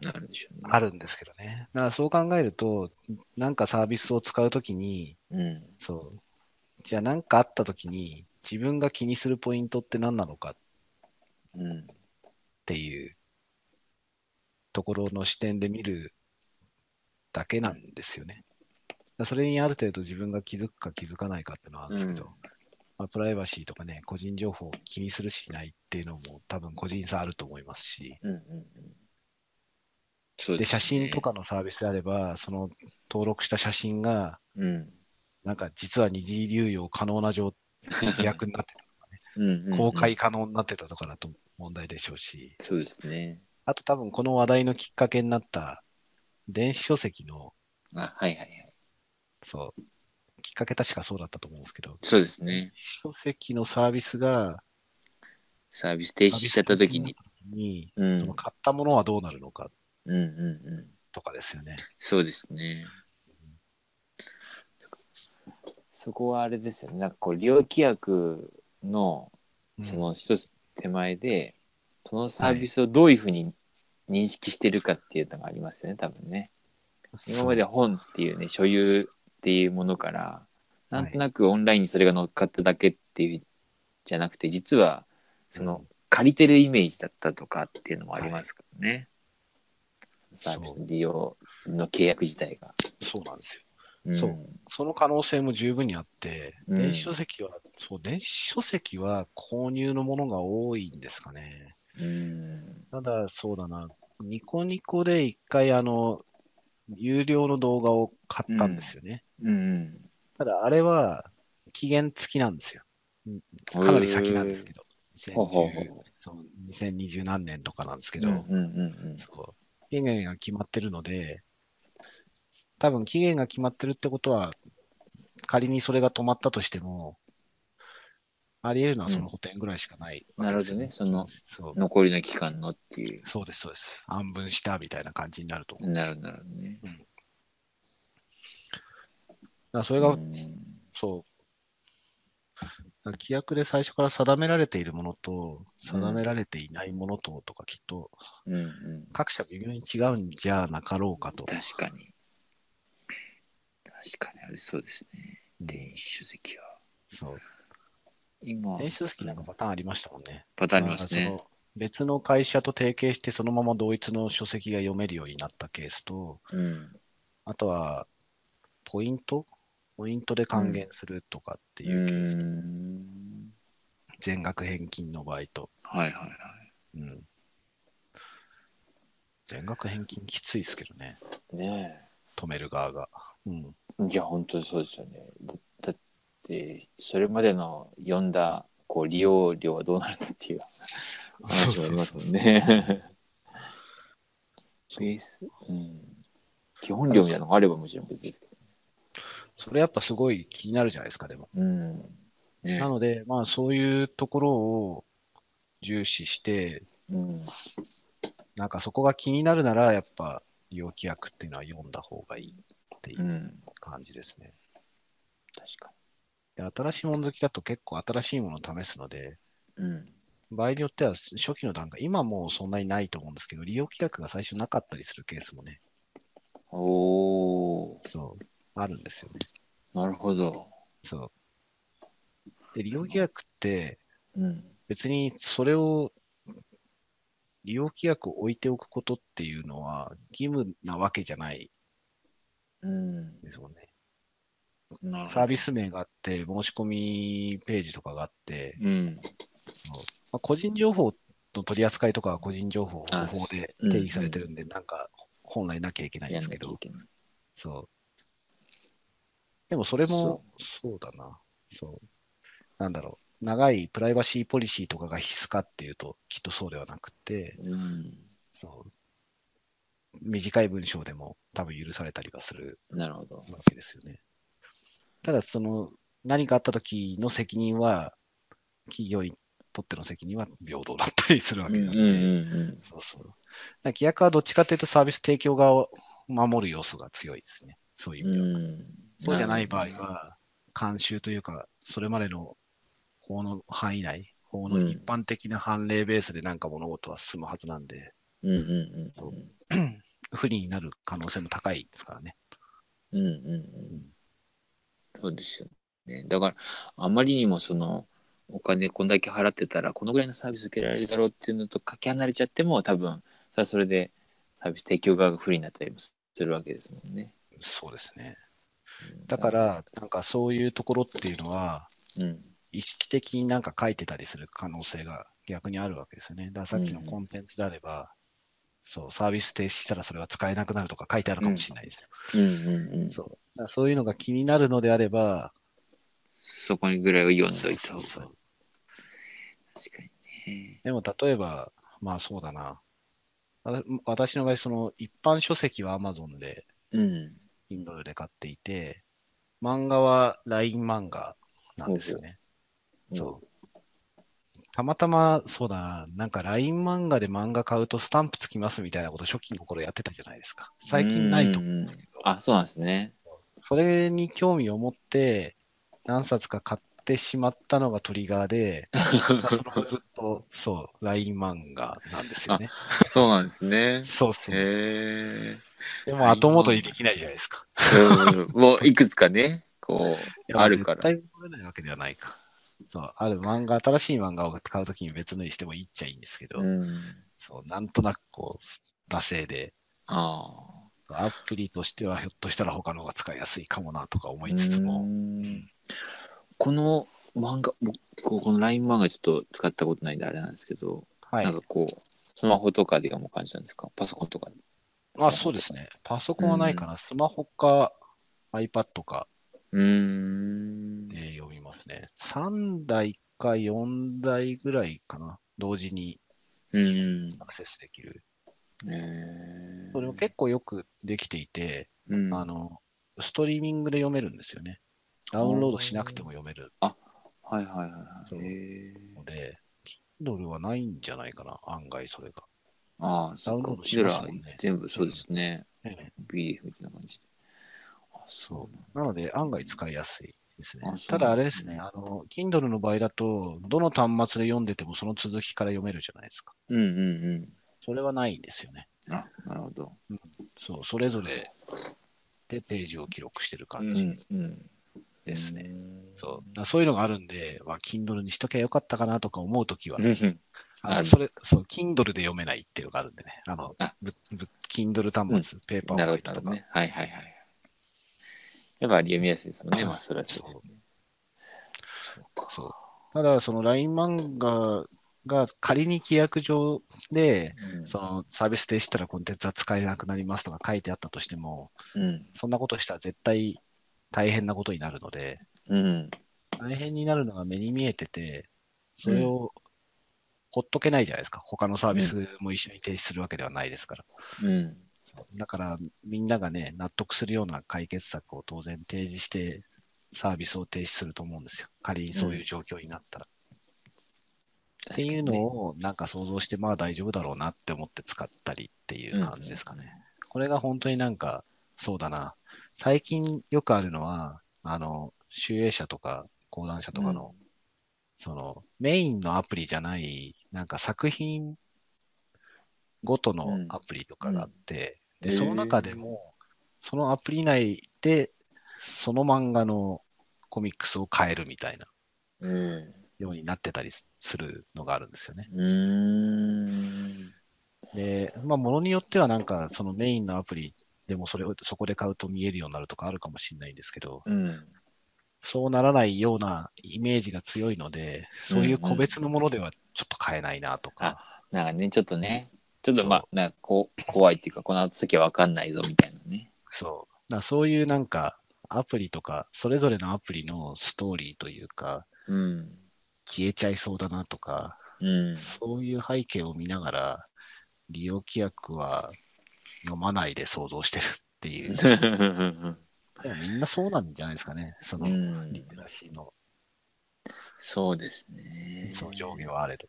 なるでしょうね。
あるんですけどね。だからそう考えると、なんかサービスを使うときに、
うん。
そう、じゃあなんかあったときに、自分が気にするポイントって何なのかっ
うん。
ていうところの視点で見るだけなんですよね。らそれにある程度自分が気づくか気づかないかっていうのはあるんですけど、
うん
まあ、プライバシーとかね、個人情報を気にするしないっていうのも多分個人差あると思いますし、
うんうんうんそう
で、
ですね
写真と、かのサービスであれば、その登録した写真が、
うん、
なんか実は二次流用可能な状 自虐になって
うんうんうん
た、公開可能になってたとかだと問題でしょうし、
そうですね
あと多分この話題のきっかけになった、電子書籍の、
あはいはいはい
そう、きっかけ確かそうだったと思うんですけど、
そうですね
書籍のサービスが、
サービス停止しちゃった時に
サービス的に
うん
その買ったものはどうなるのか
うんうんうん
とかですよね。
そうですね。そこはあれですよね。なんかこう、利用規約の
うん
その一つ手前で、そのサービスをどういうふうに認識してるかっていうのがありますよね、多分ね。今までは本っていうね、所有っていうものから、なんとなくオンラインにそれが乗っかっただけっていう、じゃなくて、実は、その、借りてるイメージだったとかっていうのもありますからね。サービスの利用の契約自体が。
そうなんですよ。
うん
そうその可能性も十分にあって、
うん
電子書籍は、そう、電子書籍は購入のものが多いんですかね。
うん。
ただ、そうだな、ニコニコで一回、あの、有料の動画を買ったんですよね。
うん。
ただ、あれは期限付きなんですよ。かなり先なんですけど、
ほうほうほう
2010そう2020何年とかなんですけ
け
ど、
うんうんうん
そう期限が決まってるので、多分期限が決まってるってことは、仮にそれが止まったとしても、あり得るのはその補填ぐらいしかないわけですよ、
なるほどね
そう
うん。残りの期間のっていう。
そうです、そうです。安分したみたいな感じになると思う。だ
なるほどなるほどね。
からそ
そ
れが、そう。だから規約で最初から定められているものと、定められていないものととか、きっと
うんうん。
各社微妙に違うんじゃなかろうかと。
確かに。確かにありそうですね。電子書籍は。
そう
今、
電子書籍なんかパターンありましたもんね。
パターンあります
なん
ね
か。その別の会社と提携して、そのまま同一の書籍が読めるようになったケースと、
うん。
あとは、ポイントポイントで還元するとかって
う
いうケース、
ーん。
全額返金の場合と、
はいはいはい。
うん。全額返金きついですけどね、
ねえ。
止める側が。うん。
いや、本当にそうですよね。だだって、それまでの読んだこう利用料はどうなるかっていう 話もありますもんね。
そう
ベースうん、基本料みたいなのがあればもちろん別ですけ
それやっぱすごい気になるじゃないですか、でも。
ど。うん。ね
なので、まあそういうところを重視して、
うん、。
なんかそこが気になるなら、やっぱ、利用規約っていうのは読んだ方がいいっていううん感じですね。
確か
で新しいもの好きだと結構新しいものを試すので、
に。うん。
場合によっては初期の段階、今もうそんなにないと思うんですけど、利用規約が最初なかったりするケースもね、
おお
そう、あるんですよね。
なるほど。
そう。で、利用規約って、
うん。
別にそれを、利用規約を置いておくことっていうのは義務なわけじゃない
うん。
んですもんね。
なるほ
サー
ど。
ビス名があって、申し込みページとかがあって、
うん。
まあ、個人情報の取り扱いとかは個人情報
あ
保護法で
うん
定義されてるんで、なんか本来なきゃいけないん
や
で
ん
す
な
け
きゃい
ど、
けない。
そう。でもそれも、そうだな、そう。なんだろう、長いプライバシーポリシーとかが必須かっていうと、きっとそうではなくて、
うん。
そう。短い文章でも多分許されたりはする
なるほど。
わけですよね。ただ、その、何かあった時の責任は、企業にとっての責任は平等だったりするわ
うん
け
う
なん
ん
で、
うん。
そうそう。だから規約はどっちかというとサービス提供側を守る要素が強いですね。そういう意味では。
うん。
そうじゃない場合
るほど
は、慣習というか、それまでの法の範囲内、法の一般的な判例ベースで何か物事は進むはずなんで、
うんうんうん
そう不利になる可能性も高いですからね。
うんうんうんそうですよね。だから、あまりにもその、お金こんだけ払ってたら、このぐらいのサービス受けられるだろうっていうのとかけ離れちゃっても、多分、それはそれでサービス提供側が不利になったりもするわけですもんね。
そうですね。だから、なんかそういうところっていうのは、
うん、
意識的になんか書いてたりする可能性が逆にあるわけですよね。だからさっきの
うん
コンテンツであれば、そう、サービス停止したらそれは使えなくなるとか書いてあるかもしれないですよ。
うんうんうん
そうだからそういうのが気になるのであれば、
そこにぐらいは読んどいた方が
そうそうそう
確かにね
でも例えば、まあそうだな。わ私の場合、その一般書籍は Amazon で、
うん
インドルで買っていて、漫画は LINE 漫画なんですよね。そう。たまたま、そうだな、なんか LINE 漫画で漫画買うとスタンプつきますみたいなこと初期の頃やってたじゃないですか。最近ないと思うんですけど、
あそうなんですね
それに興味を持って何冊か買ってしまったのがトリガー で、まあその後ずっと、そう、LINE 漫画なんですよね。
そうなんですね
そうそう。
へえ
でも後戻りできないじゃないですか。
もういくつかね
い
こ
うや
あるから
絶対戻れないわけではないか。そう、ある漫画、新しい漫画を買うときに別のにしてもいいっちゃいいんですけど、
うん
そう、なんとなくこう、惰性で、
ああ
アプリとしてはひょっとしたら他の方が使いやすいかもなとか思いつつも、
うんこの漫画僕この LINE 漫画ちょっと使ったことないんであれなんですけど、
はい
なん。かこうスマホとかで読む感じなんですかパソコンとかで
あ、そうですね。パソコンはないかな。スマホか iPad か
うーん
で読みますね。3台か4台ぐらいかな。同時に
うん
アクセスできる。
えー
それも結構よくできていて、
うん
あの、ストリーミングで読めるんですよね。ダウンロードしなくても読める
はいはいはい
そう
はいへー
ので、Kindle はないんじゃないかな、案外それが。
ああ
ダ
そ
ウ
う
ン
か
ロード
こち
し
ら
ますもんね
全部そうですね
ええ
PDF みたいな感じであそ
そう。なので、案外使いやすいですね
あ。そ
た
う
だ、あれ
で
ですす
ね
ね、あの、Kindle の場合だと、どの端末で読んでてもその続きから読めるじゃないですか。
ううんうん
それはないんですよね。
うんあなるほど
そう、それぞれでページを記録してる感じ
うん
ですね。
うん
そうだからそういうのがあるんで、わ Kindle にしときゃよかったかなとか思うときは、
うん
あ
あるん
の
です
それ、そう、Kindle で読めないっていうのがあるんでね、あの
あ、
ぶぶ Kindle 端末、ペーパー
な
ホ
る
ワ
ほ
イトと
どなるほど
か、
ね。はいはいはい。やっぱ読みやすいですもんね。まあ、それはそう
そう。ただ、その LINE 漫画が仮に規約上で、
うん
そのサービス停止したらコンテンツは使えなくなりますとか書いてあったとしても、
うん。
そんなことしたら絶対大変なことになるので、
うん。
大変になるのが目に見えてて、それをほっとけないじゃないですか。他のサービスも一緒に停止するわけではないですから。
うん。
だからみんながね、納得するような解決策を当然提示して、サービスを停止すると思うんですよ。仮にそういう状況になったら。っていうのをなんか想像して、まあ大丈夫だろうなって思って使ったりっていう感じですかね。これが本当になんか、そうだな。最近よくあるのは、あの、集英社とか講談社とかの、その、メインのアプリじゃない、なんか作品ごとのアプリとかがあって、
うん
で、その中でも、そのアプリ内で、その漫画のコミックスを変えるみたいな
うん。う
ようになってたりするのがあるんですよね。
ん。うん。
で、まあ、ものによってはなんか、そのメインのアプリでもそれを、そこで買うと見えるようになるとかあるかもしれないんですけど、
うん。
そうならないようなイメージが強いので、そういう個別のものではちょっと買えないなとか、
なんかね、ちょっとね、ちょっとまあ、なんかこう、怖いっていうか、この後先は分かんないぞみたいなね。
そう。だからそういうなんか、アプリとか、それぞれのアプリのストーリーというか、
うん。
消えちゃいそうだなとか、
うん。
そういう背景を見ながら、利用規約は読まないで想像してるっていう。でもみんなそうなんじゃないですかね。その、
うん
リテラシーの
そうですね。
そう、上下はあれど。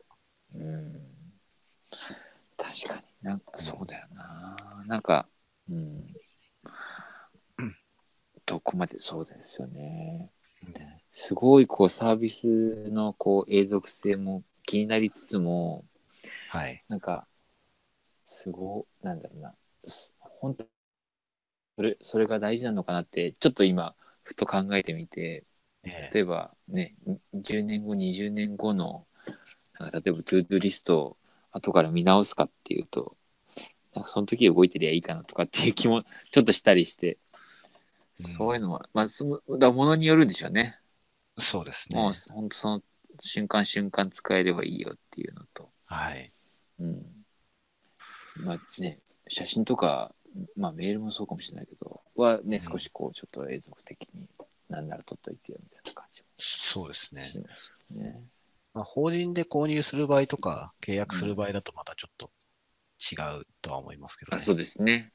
うん確かになんかそうだよな、なんかうんどこまでそうですよねすごいこうサービスのこう永続性も気になりつつも
はい。
なんかすごいなんだろうなす本当それそれが大事なのかなってちょっと今ふと考えてみて、
ええ
例えばね10年後20年後のなんか例えばトゥードゥリストを後から見直すかっていうとなんかその時動いてりゃいいかなとかっていう気もちょっとしたりしてそういうのは、まあ、その、だものによるんでしょうね。
そうですね。
もう、本当その瞬間瞬間使えればいいよっていうのと。
はい。
うん。まあね、写真とか、まあメールもそうかもしれないけど、はね、少しこう、ちょっと永続的に、なんなら撮っといてよみたいな感じ
そうです
も
ね。
しますよね。
まあ、法人で購入する場合とか、契約する場合だとまたちょっと違うとは思いますけど、
あ
ね
そうですね。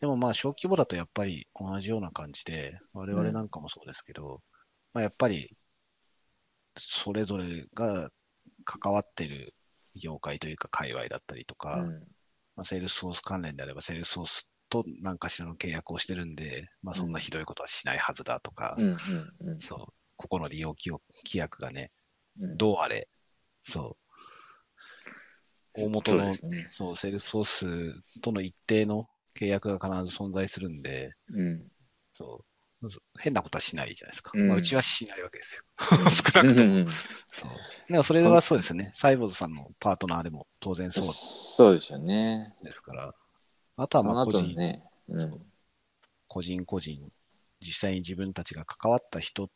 でもまあ小規模だとやっぱり同じような感じで、我々なんかもそうですけど、まあ、やっぱりそれぞれが関わってる業界というか界隈だったりと
う
か、
ん。
まあ、セールスフォース関連であればセールスフォースと何かしらの契約をしてるんで、まあ、そんなひどいことはしないはずだとか、
うんうんうん。
そうここの利用規約規約がね、
うん
どうあれ、そう、大元
そう
の
ですね。
そう、セールスフォースとの一定の契約が必ず存在するんで、
うん。
そう。変なことはしないじゃないですか。
うん
まあ、うちはしないわけですよ。少なくとも。
うん
そう。でもそれはそうですね。サイボーズさんのパートナーでも当然そう
そうですよね。
ですから。あとは
その
まあ個
後
人、
のね、うん。
個人個人、実際に自分たちが関わった人、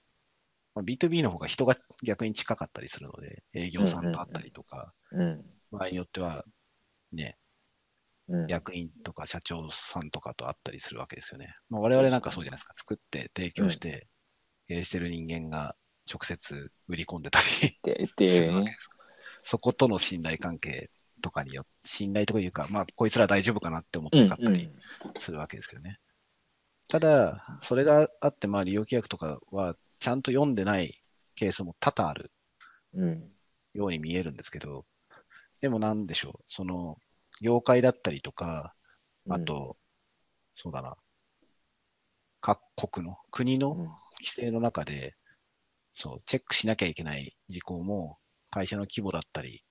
まあ、B2B の方が人が逆に近かったりするので、営業さんと会ったりとか、
うん。
場合によっては、ね、
うん。
役員とか社長さんとかと会ったりするわけですよね。まあ、我々なんかそうじゃないですか。作って提供して、経営してる人間が直接売り込んでたり
って、っ
す
て
るわけで、す。そことの信頼関係とかによって、信頼というか、まあ、こいつら大丈夫かなって思って買ったりするわけですけどね。ただ、それがあって、まあ、利用規約とかはちゃんと読んでないケースも多々ある
うん。うん。
ように見えるんですけど、でもなんでしょう、その、業界だったりとか、
うん
あ、と、そうだな、各国の、国の
うん
規制の中で、そう、チェックしなきゃいけない事項も、会社の規模だったり、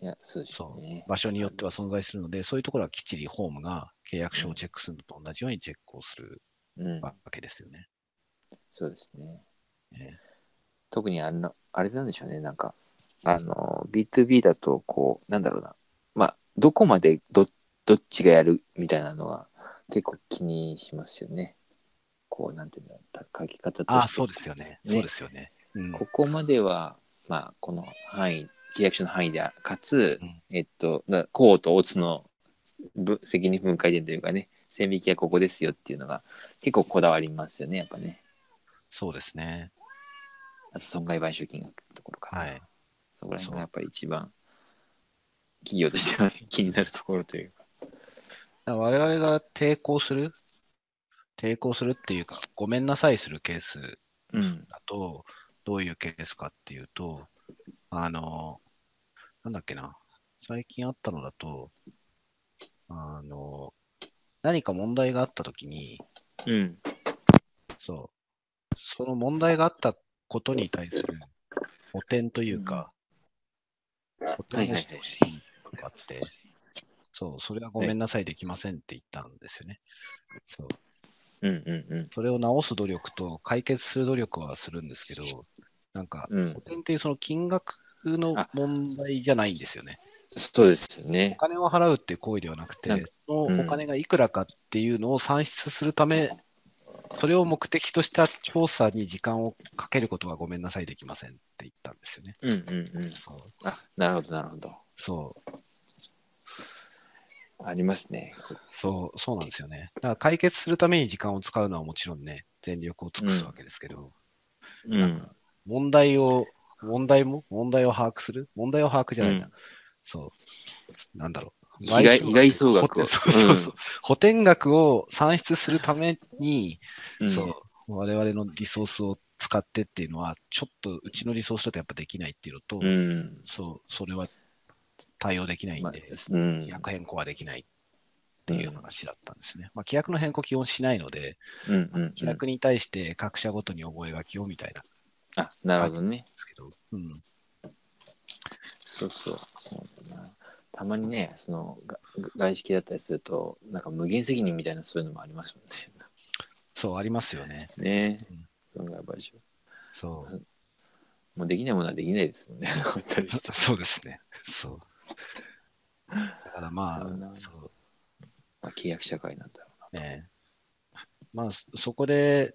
いや、そうですよ
そ
ね
う、。場所によっては存在するので、そういうところはきっちりホームが契約書をチェックするのと同じようにチェックをする
うん。
わけですよね。
そうですね。
ね
特にあの、あれなんでしょうね、なんか、あの、B2B だと、こう、なんだろうな、まあ、どこまでど、どっちがやるみたいなのが結構気にしますよね。こう、なんていうんだろう、書き方として。
ああ、そうですよね。
ね
そうですよね。うん
ここまでは、まあ、この範囲、契約書の範囲で、かつ、
うん
えっと、なこうと乙のぶ責任分解点というかね、線引きはここですよっていうのが、結構こだわりますよね、やっぱね。
そうですね。
あと、損害賠償金額のところかな。
はい。
そこら辺がやっぱり一番企業としては気になるところというか。
だから我々が抵抗する、抵抗するっていうか、ごめんなさいするケース
うん。
だと、どういうケースかっていうと、あの、なんだっけな、最近あったのだと、あの、何か問題があったときに、
うん。
そう、その問題があったことに対する補填というか、補填をしてほしいとかあって、そう、それはごめんなさい、できませんって言ったんですよね。そう
うんうん
それを直す努力と解決する努力はするんですけど、なんか、
うん。うん
補。填っていうその金額の問題じゃないんですよね。
そうですよね
お。金を払うっていう行為ではなくて
なんか、
そ
うん
のお金がいくらかっていうのを算出するため、それを目的とした調査に時間をかけることはごめんなさいできませんって言ったんですよね。
うんうんうん。
そう。
あ、なるほどなるほど。
そ
ありますね。
う、そう、そうなんですよね。だから解決するために時間を使うのはもちろんね、全力を尽くすわけですけど、
うん。
問題を、問題も、問題を把握する問題を把握じゃないな。
うん
そう。なんだろう。
被害被害総額を
補填そうそうそう補填額を算出するために、
うん
そう、我々のリソースを使ってっていうのは、ちょっとうちのリソースだとやっぱできないっていうのと、
うん。
そう、それは対応できないん
まあ
で、
うん
規約変更はできないっていう話だったんですね。まあ、規約の変更基本しないので、
うんうんうん
規約に対して各社ごとに覚書をみたいなんで
あ、なるほどね。
すけど、うん。
そうそう。そうだなたまにね、そのが外資系だったりすると、なんか無限責任みたいなそういうのもありますもんね。
そう、ありますよね。
ね損害賠償。
そう。
もうできないものはできないですもんね。 こういったりし て。
そうですね。そう。だからま
なるほど
あ、
な
そう
まあ、契約社会なんだろ
ね。まあ、そそこで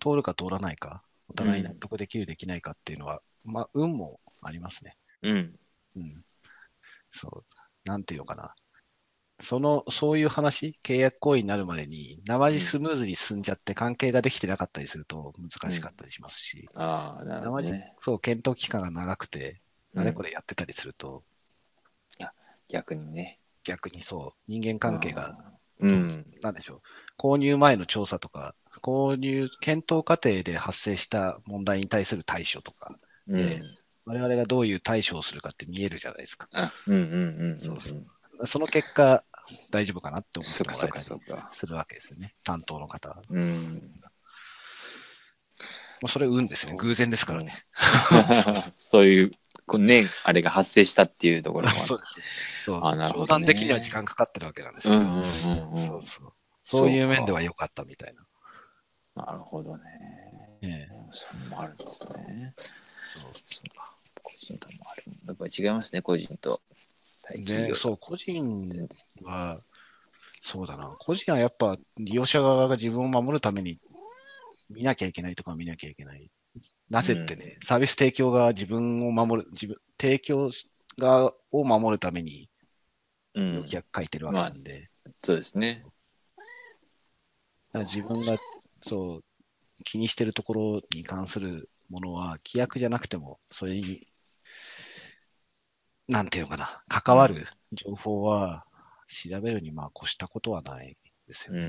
通るか通らないか、お互い納得できる、できないかっていうのは、まあ、運もありますね。
うん。
うん。そう、なんていうのかな。その、そういう話、契約行為になるまでに、生じスムーズに進んじゃって関係ができてなかったりすると難しかったりしますし、
ああ、なるほどね。
そう、検討期間が長くて、あれこ
れ。
れやってたりすると、
逆にね。
逆にそう、人間関係が、
あー。うん。
なんでしょう、購入前の調査とか、購入、検討過程で発生した問題に対する対処とか、
うん。
我々がどういう対処をするかって見えるじゃないですか。
あ、うんうんうんうん。
そうそその結果、大丈夫かなって思っ
そ
て
っか
も
そ
ら
っ
え
か
た
そ
り
っか。
するわけですよね、担当の方。
うん。
まあ、それ運ですね。
そう
偶然ですからね。
そういう、こうね、あれが発生したっていうところもある。
そうです。そう
あなる
商
ほどね
談的には時間かかってるわけなんです
うん
け
う
ど、
んうんうん。
そうそうそういう面では
そう
良かったみたいな。
か。なるほどね。
ええ
それもあるんですね。
そう
そうか。個人ともある。やっぱり違いますね、個人と。大企
ね
業、
そう、個人は、そうだな、個人はやっぱ利用者側が自分を守るために見なきゃいけないとか見なきゃいけない。なぜってね、サービス提供が自分を守る、自分、提供側を守るために
う
要
ん。
約書いてるわけなんで、
そうですね。
だから自分がそう気にしてるところに関するものは、規約じゃなくても、それに、なんていうのかな、関わる情報は調べるにまあ越したことはないですよね。
う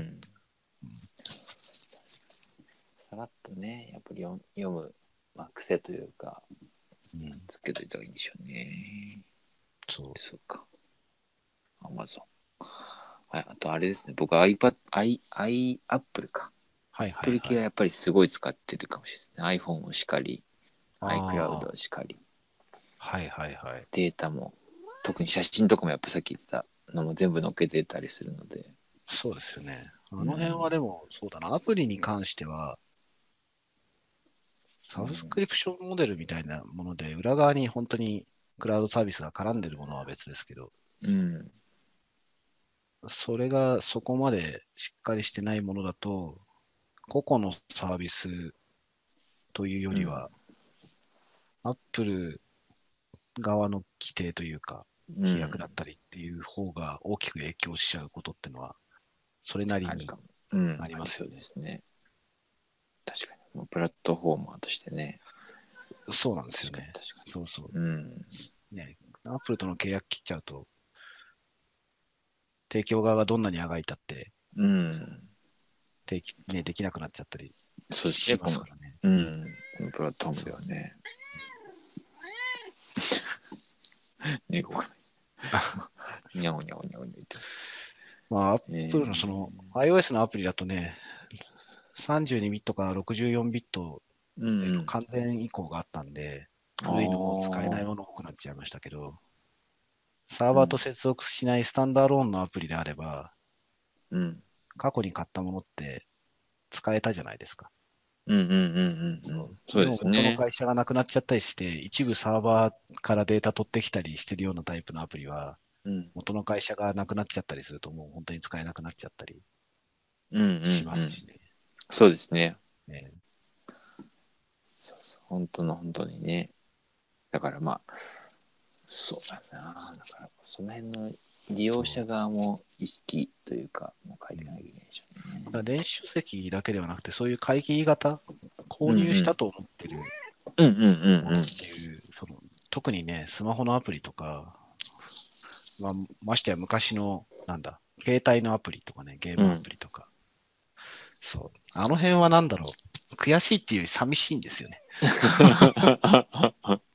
ん。さらっとね、やっぱり読読む、まあ、癖というか、
うん、
つけといた方がいいんでしょうね。
そう。
そうか。アマゾン。はい、あとあれですね。僕は iPad、i、i、Apple か。
はいはい、
Apple
は
系
い。
はやっぱりすごい使ってるかもしれないですね。iPhone をしかり、
あー
iCloud をしかり、
はいはいはい。
データも、特に写真とかもやっぱさっき言ったのも全部載っけてたりするので。
そうですよね。あの辺はでも、そうだな、アプリに関しては、サブスクリプションモデルみたいなもので、裏側に本当にクラウドサービスが絡んでるものは別ですけど、
うん。
それがそこまでしっかりしてないものだと、個々のサービスというよりは、アップル側の規定というか、
うん
規約だったりっていう方が大きく影響しちゃうことってのは、それなり
ある
に
かも。うん。
ありますよ
ありそうですね。確かに。もうプラットフォーマーとしてね。
そうなんです
確
よ
かに
ね。
確か
そうそう。
に。うん。
ね、アップルとの契約切っちゃうと、提供側がどんなにあがいたって、
うん。
提供ね、できなくなっちゃったり
そうです
し
ね。
ますからね。
うん、プラットフォームだよね。猫がにゃおにゃおにゃおにゃ言ってます。
まあ、
え
プルのその iOS のアプリだとね、32ビットから64ビット、
うんうん、
完全移行があったんで、
あー
古いのも使えないもの多くなっちゃいましたけど、サーバーと接続しないスタンダーローンのアプリであれば、
うん
過去に買ったものって使えたじゃないですか。
うんうんうんうんうん。そうです
も
ね
元の。会社がなくなっちゃったりして、一部サーバーからデータ取ってきたりしてるようなタイプのアプリは、
うん
元の会社がなくなっちゃったりすると、もう本当に使えなくなっちゃったり
うんうんうん
しますしね。
そうですね。
ね
そうそう。本当の本当にね。だからまあ、そうだな。だからその辺の利用者側も意識というか、もう書いていかなきゃいけないでしょうね
だか。ら電子書籍だけではなくて、そういう会議型、購入したと思ってる
うんうんうんうん。
っていう、その特にね、スマホのアプリとか、まあ、ましてや昔の、なんだ、携帯のアプリとかね、ゲームアプリとか、そう、あの辺はなんだろう、悔しいっていうより寂しいんですよね。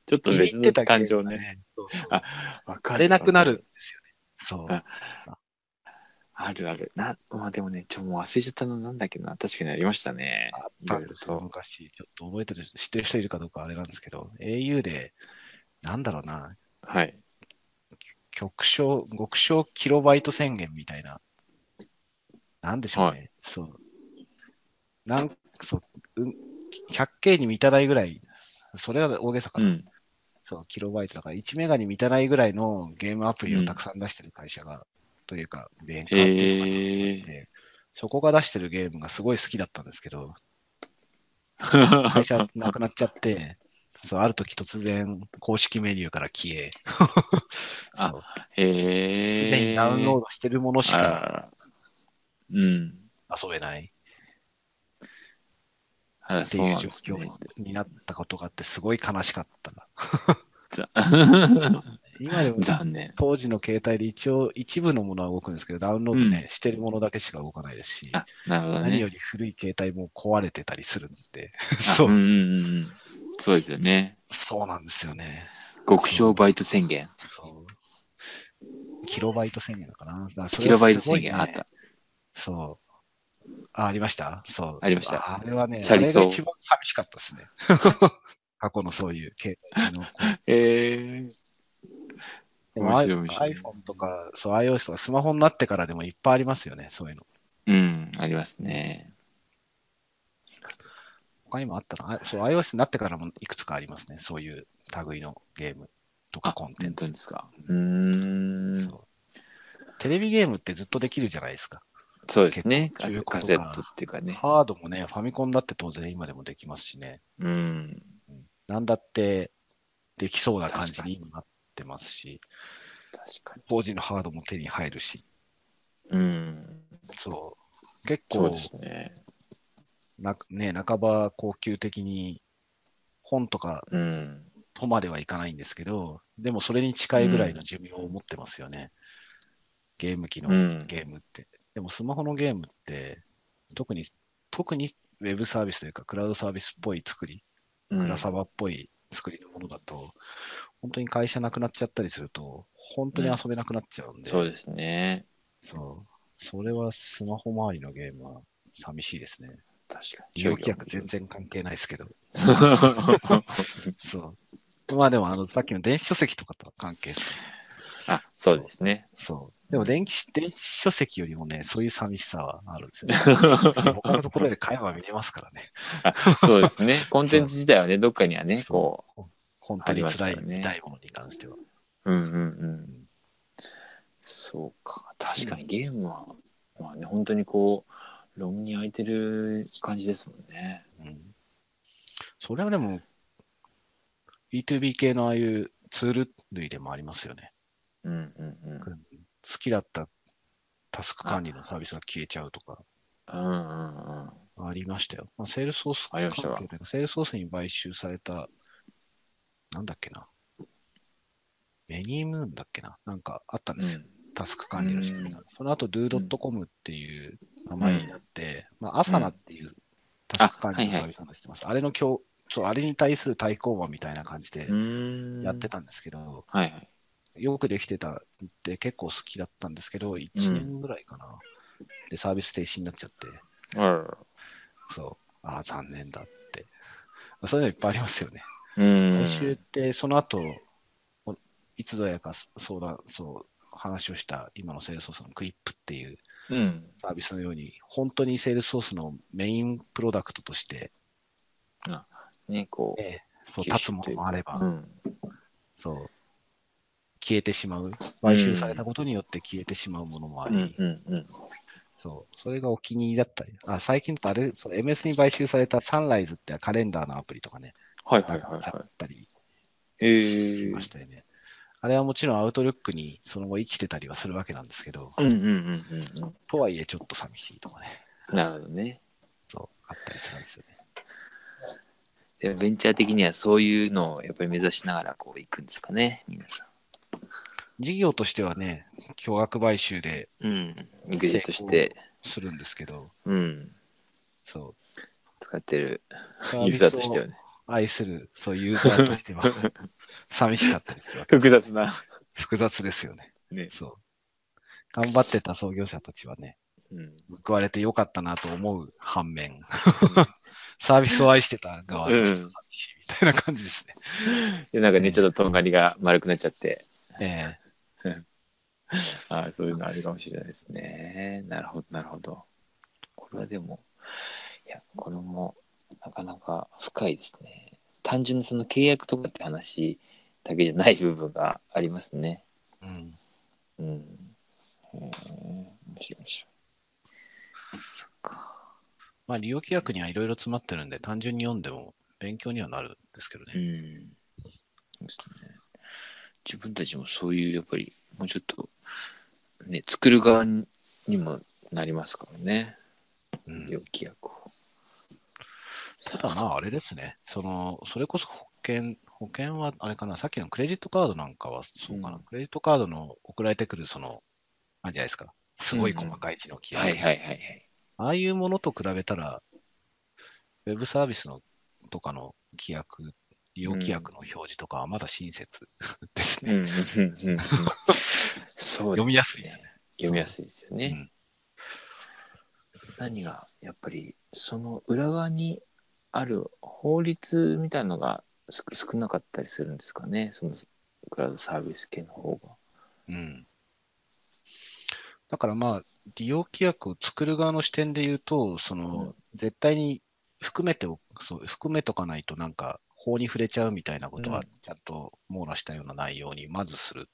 ちょっと別の感情ね。
そうそう。
あわか
やれなくな
る。
るんですよね。そう
あ。あるある。な、まあでもね、ちょ、もう忘れちゃったのなんだっけな。確かにありましたね。
あったんですよ、昔。ちょっと覚えてる、知ってる人いるかどうかあれなんですけど、au で、なんだろうな、
はい。
極小、極小キロバイト宣言みたいな、なんでしょうね。
は
そう。なんそう、うん、100K に満たないぐらい、それは大げさか
う
な。
ん。
そう、キロバイトだから、1メガに満たないぐらいのゲームアプリをたくさん出してる会社が、というか、ベンカーっていうのがあって、
へえ。
そこが出してるゲームがすごい好きだったんですけど、
は
会社なくなっちゃ って、そうある時突然公式メニューから消え、
あ
そう
い。
す
へえ。
でにダウンロードしてるものし
あ
か
ら
ら
らうん。
遊べない
あら、
って
そう
いう
なん
状
ですね。
況になったことがあって、すごい悲しかったな。
ざ
今でも
残念。
当時の携帯で一応一部のものは動くんですけど、ダウンロードね、してるものだけしか動かないですし、
あ、なるほど
何よ
ね。
り古い携帯も壊れてたりするんで、
あ
そう
う、んうんうん。そうですよね。
そうなんですよね。
極小バイト宣言。
そう。キロバイト宣言なのかな。だからそ
キ
れは
ロ
す
バ
ごい
イト宣言あっ
ね
た。
そう。あ、ありましたそう。
ありました
あれはね、
チャリ
あ
ソー
れが一番寂しかったですね。 過去のそういう携帯のこう
ええ。
でも
面
i-
白い面白い
iPhone とか、そう、iOS とかスマホになってからでもいっぱいありますよね、そういうの。
うん、ありますね。
他にもあったな。あそう、iOS になってからもいくつかありますね、そういう類のゲームとか
あ、
コン
本
テン
当
ツ。
ですか。うーん。
そうテレビゲームってずっとできるじゃないですか。
そうですね。カ
結
セ
構
カセットっていうかね。
ハードもね、ファミコンだって当然今でもできますしね、
うん。
なんだってできそうな感じ
確か
に
に
今なってますし、
確かに。
当時のハードも手に入るし、
うん。
そう、結
そう
構
ですね。
な、ね、半ば高級的に本とか
うん。
とまではいかないんですけど、でもそれに近いぐらいの寿命を持ってますよね。ゲーム機の
うん。
ゲームって。でもスマホのゲームって、特に、特にウェブサービスというか、クラウドサービスっぽい作り、
うん
クラサバっぽい作りのものだと、本当に会社なくなっちゃったりすると、本当に遊べなくなっちゃうんで、
そうですね。
そうそれはスマホ周りのゲームは寂しいですね。
確か
利
に。
用規約全然関係ないですけど。そう。まあでも、あの、さっきの電子書籍とかとは関係する。
あ、そうですね。
そう。でも電気、電子書籍よりもね、そういう寂しさはあるんですよね。 他のところで買えば見れますからね。
そうですね。コンテンツ自体はね、どっかにはね、
そう
こ
本当に辛い、
ありますからね
見たいものに関しては。
う。うんうんうん。そうか。確かにゲームは、まあね、本当にこう、ロムに空いてる感じですもんね。
うん。それはでも、B2B 系のああいうツール類でもありますよね。
うんうんうん。
好きだったタスク管理のサービスが消えちゃうとか、
うんうんうん。
ありましたよ。まあ、セールソース
ありましたわ
関係というかセールソースに買収された、なんだっけな。メニームーンだっけな。なんかあったんですよ。タスク管理の仕組みが
う
その後、do.com っていう名前になって、まあ、アサナっていうタスク管理のサービスをしてます。あ,、れの競そう、あれに対する対抗馬みたいな感じで
うん。
やってたんですけど、
はいはい。
よくできてたって結構好きだったんですけど、1年ぐらいかな。で、サービス停止になっちゃって、
あら
そう、ああ、残念だって。まあそういうのいっぱいありますよね。
うん。
今週って、その後、おいつぞやか相談、そう、話をした今のセールソースのクイップっていう
うん。
サービスのように、本当にセールスソースのメインプロダクトとして、
ね、こ
ええそう
吸収
立つものもあれば、
う。うん。
そう消えてしまう、買収されたことによって消えてしまうものもあ
う
り、
んうんうん。
そうそれがお気に入りだったり、あ最近だとあれ、そう MS に買収されたサンライズってカレンダーのアプリとかね、
はい
な
はい
んか
はい
買っ
は
たり
い。え
し
え
ましたよね。あれはもちろんアウトルックにその後生きてたりはするわけなんですけど、
うんうんうんうんう
とはいえちょっと寂しいとかね、
ん。なるほどね。
そうあったりするんですよね。
でベンチャー的にはそういうのをやっぱり目指しながらこう行くんですかね、皆さ
事業としてはね、巨額買収で
ん。うん。肉汁として、
するんですけど、
うん。
そう
使ってる
サ
ユーザーとしては
ね。
ね。
愛する、そう、ユーザーとしては、 寂しかったりするわけ。
複雑な。
複雑ですよね。
ね。
そう。頑張ってた創業者たちはね、
うん。
報われてよかったなと思う反面、 サービスを愛してた側としては寂しいみたいな感じですね。
で、なんかね、ちょっととんがりが丸くなっちゃって、
ええ
ああ、そういうのあるかもしれないですね。なるほど、なるほど。これはでも、いや、これもなかなか深いですね。単純にその契約とかって話だけじゃない部分がありますね。
うん。
うん。へえ面白い面白い。
まあ、利用規約にはいろいろ詰まってるんで、単純に読んでも勉強にはなるんですけど
う
ね。
んそうですね自分たちもそういうやっぱりもうちょっとね作る側にもなりますからね
うん
良き役を
ただまあ、あれですね。その、それこそ保険、保険は、あれかな、さっきのクレジットカードなんかは、そうかな、
うん
クレジットカードの送られてくる、その、あれじゃないですか。すごい細かい字の規約。
はいはいはいはい
ああいうものと比べたら、ウェブサービスのとかの規約、利用規約の表示とかはまだ親切です
う
ね。
んうんうんうんそうですね
読みやすいですね
読みやすいですよね、
うん
何がやっぱりその裏側にある法律みたいのが少少なかったりするんですかねそのクラウドサービス系の方が。
うんだからまあ、利用規約を作る側の視点で言うと、その、
うん
絶対に含めておそう、含めとかないとなんか法に触れちゃうみたいなこと
う
は
ん
ちゃんと網羅したような内容にまずする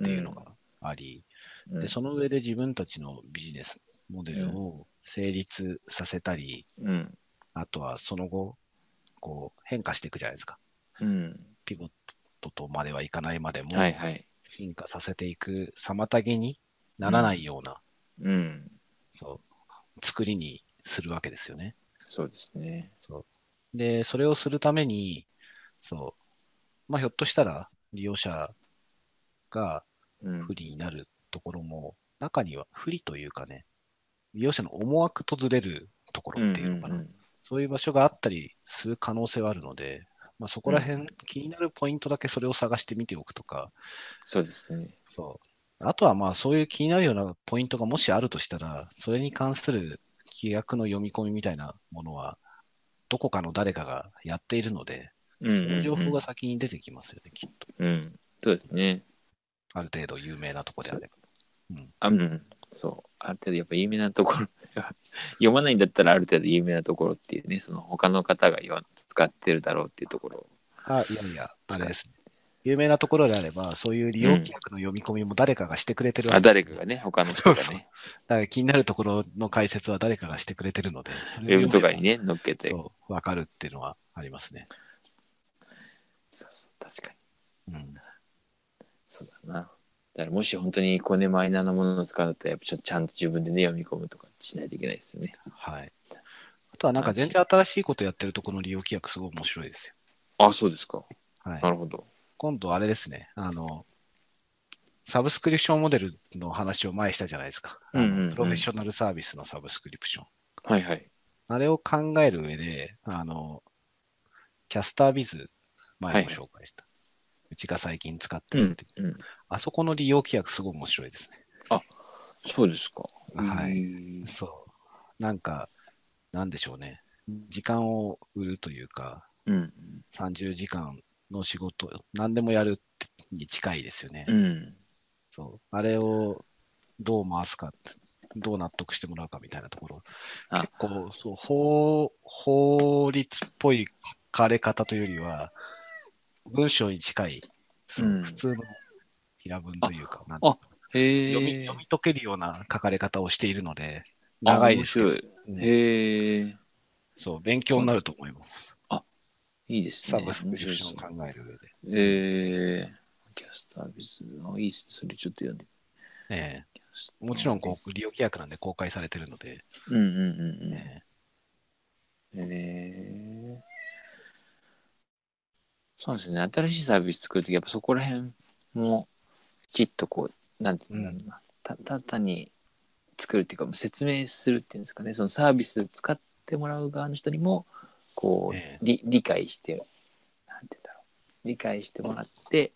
っていうのがあり、
うん、
でその上で自分たちのビジネスモデルを成立させたり、
うん
あとはその後、こう変化していくじゃないですか。
うん
ピボットとまではいかないまでも、
はいはい。
進化させていく妨げにならないような、
うん。
そう、作りにするわけですよね。
そうですね。
そうで、それをするために、そう、まあ、ひょっとしたら利用者が
うん
不利になるところも、中には不利というかね、利用者の思惑とずれるところっていうのかな、
んんん
そういう場所があったりする可能性はあるので、まあ、そこら辺、気になるポイントだけそれを探してみておくとか、
そうですね。
そう。あとはまあそういう気になるようなポイントがもしあるとしたら、それに関する規約の読み込みみたいなものは、どこかの誰かがやっているので、
うん
そ
うんう
の
ん
情報が先に出てきますよね、きっと。
うん。そうですね。
ある程度有名なとこであれば。
あうん。そう。ある程度やっぱ有名なところ 読まないんだったらある程度有名なところっていうねその他の方がよ使ってるだろうっていうところを
あ、いやいや、あれですね。有名なところであれば、そういう利用規約の読み込みも誰かがしてくれてるで
あ
す
誰かがね他の人が
そうそう
ね
だから気になるところの解説は誰かがしてくれてるので、ウ
ウェブとかに。ね乗っけて
そう、わかるっていうのはありますね。
そうそう確かに
うん。
そうだなだからもし本当にこうねマイナーなものを使うんだったらやっぱちょちゃんと自分でね読み込むとかしないといけないですよね
はい。あとはなんか全然新しいことやってるところの利用規約すごい面白いです
あそうですか
よ。はい
な。るほど
今度あれですね、あの、サブスクリプションモデルの話を前したじゃないですか。あの
うんうんうん
プロフェッショナルサービスのサブスクリプション。
はいはい
あれを考える上で、あの、キャスタービズ、前も紹介した。うちが最近使って
う
るっ
ん
て、
うん、
あそこの利用規約すごい面白いですね。
そうですか
はいう
ーん
そう。なんか、なんでしょうね。時間を売るというか、
うん
30時間の仕事、何でもやるに近いですよね。
うん
そうあれをどう回すか、どう納得してもらうかみたいなところ、
あ
結構そう法法律っぽい書かれ方というよりは、文章に近い、そう
うん
普通の平文というか、なん
あ
読み
へえ
読み解けるような書かれ方をしているので、長いですけど、
面
うん
白いへえ
そう勉強になると思います。
いいです
サ
ね
ブスクリプション
面白
を考える上で。
そうえーキャスタービズあいいっすそれちょっと読んで
ええもちろんこう利用規約なんで公開されてるので、
ううんうんうんうん
ええ
へえそうですね新しいサービス作るときやっぱそこら辺もきちっとこうなんていうのかな、たただ単に作るっていうかもう説明するっていうんですかねそのサービス使ってもらう側の人にもこう、
ええ
理理解してなんていうんだろう理解してもらって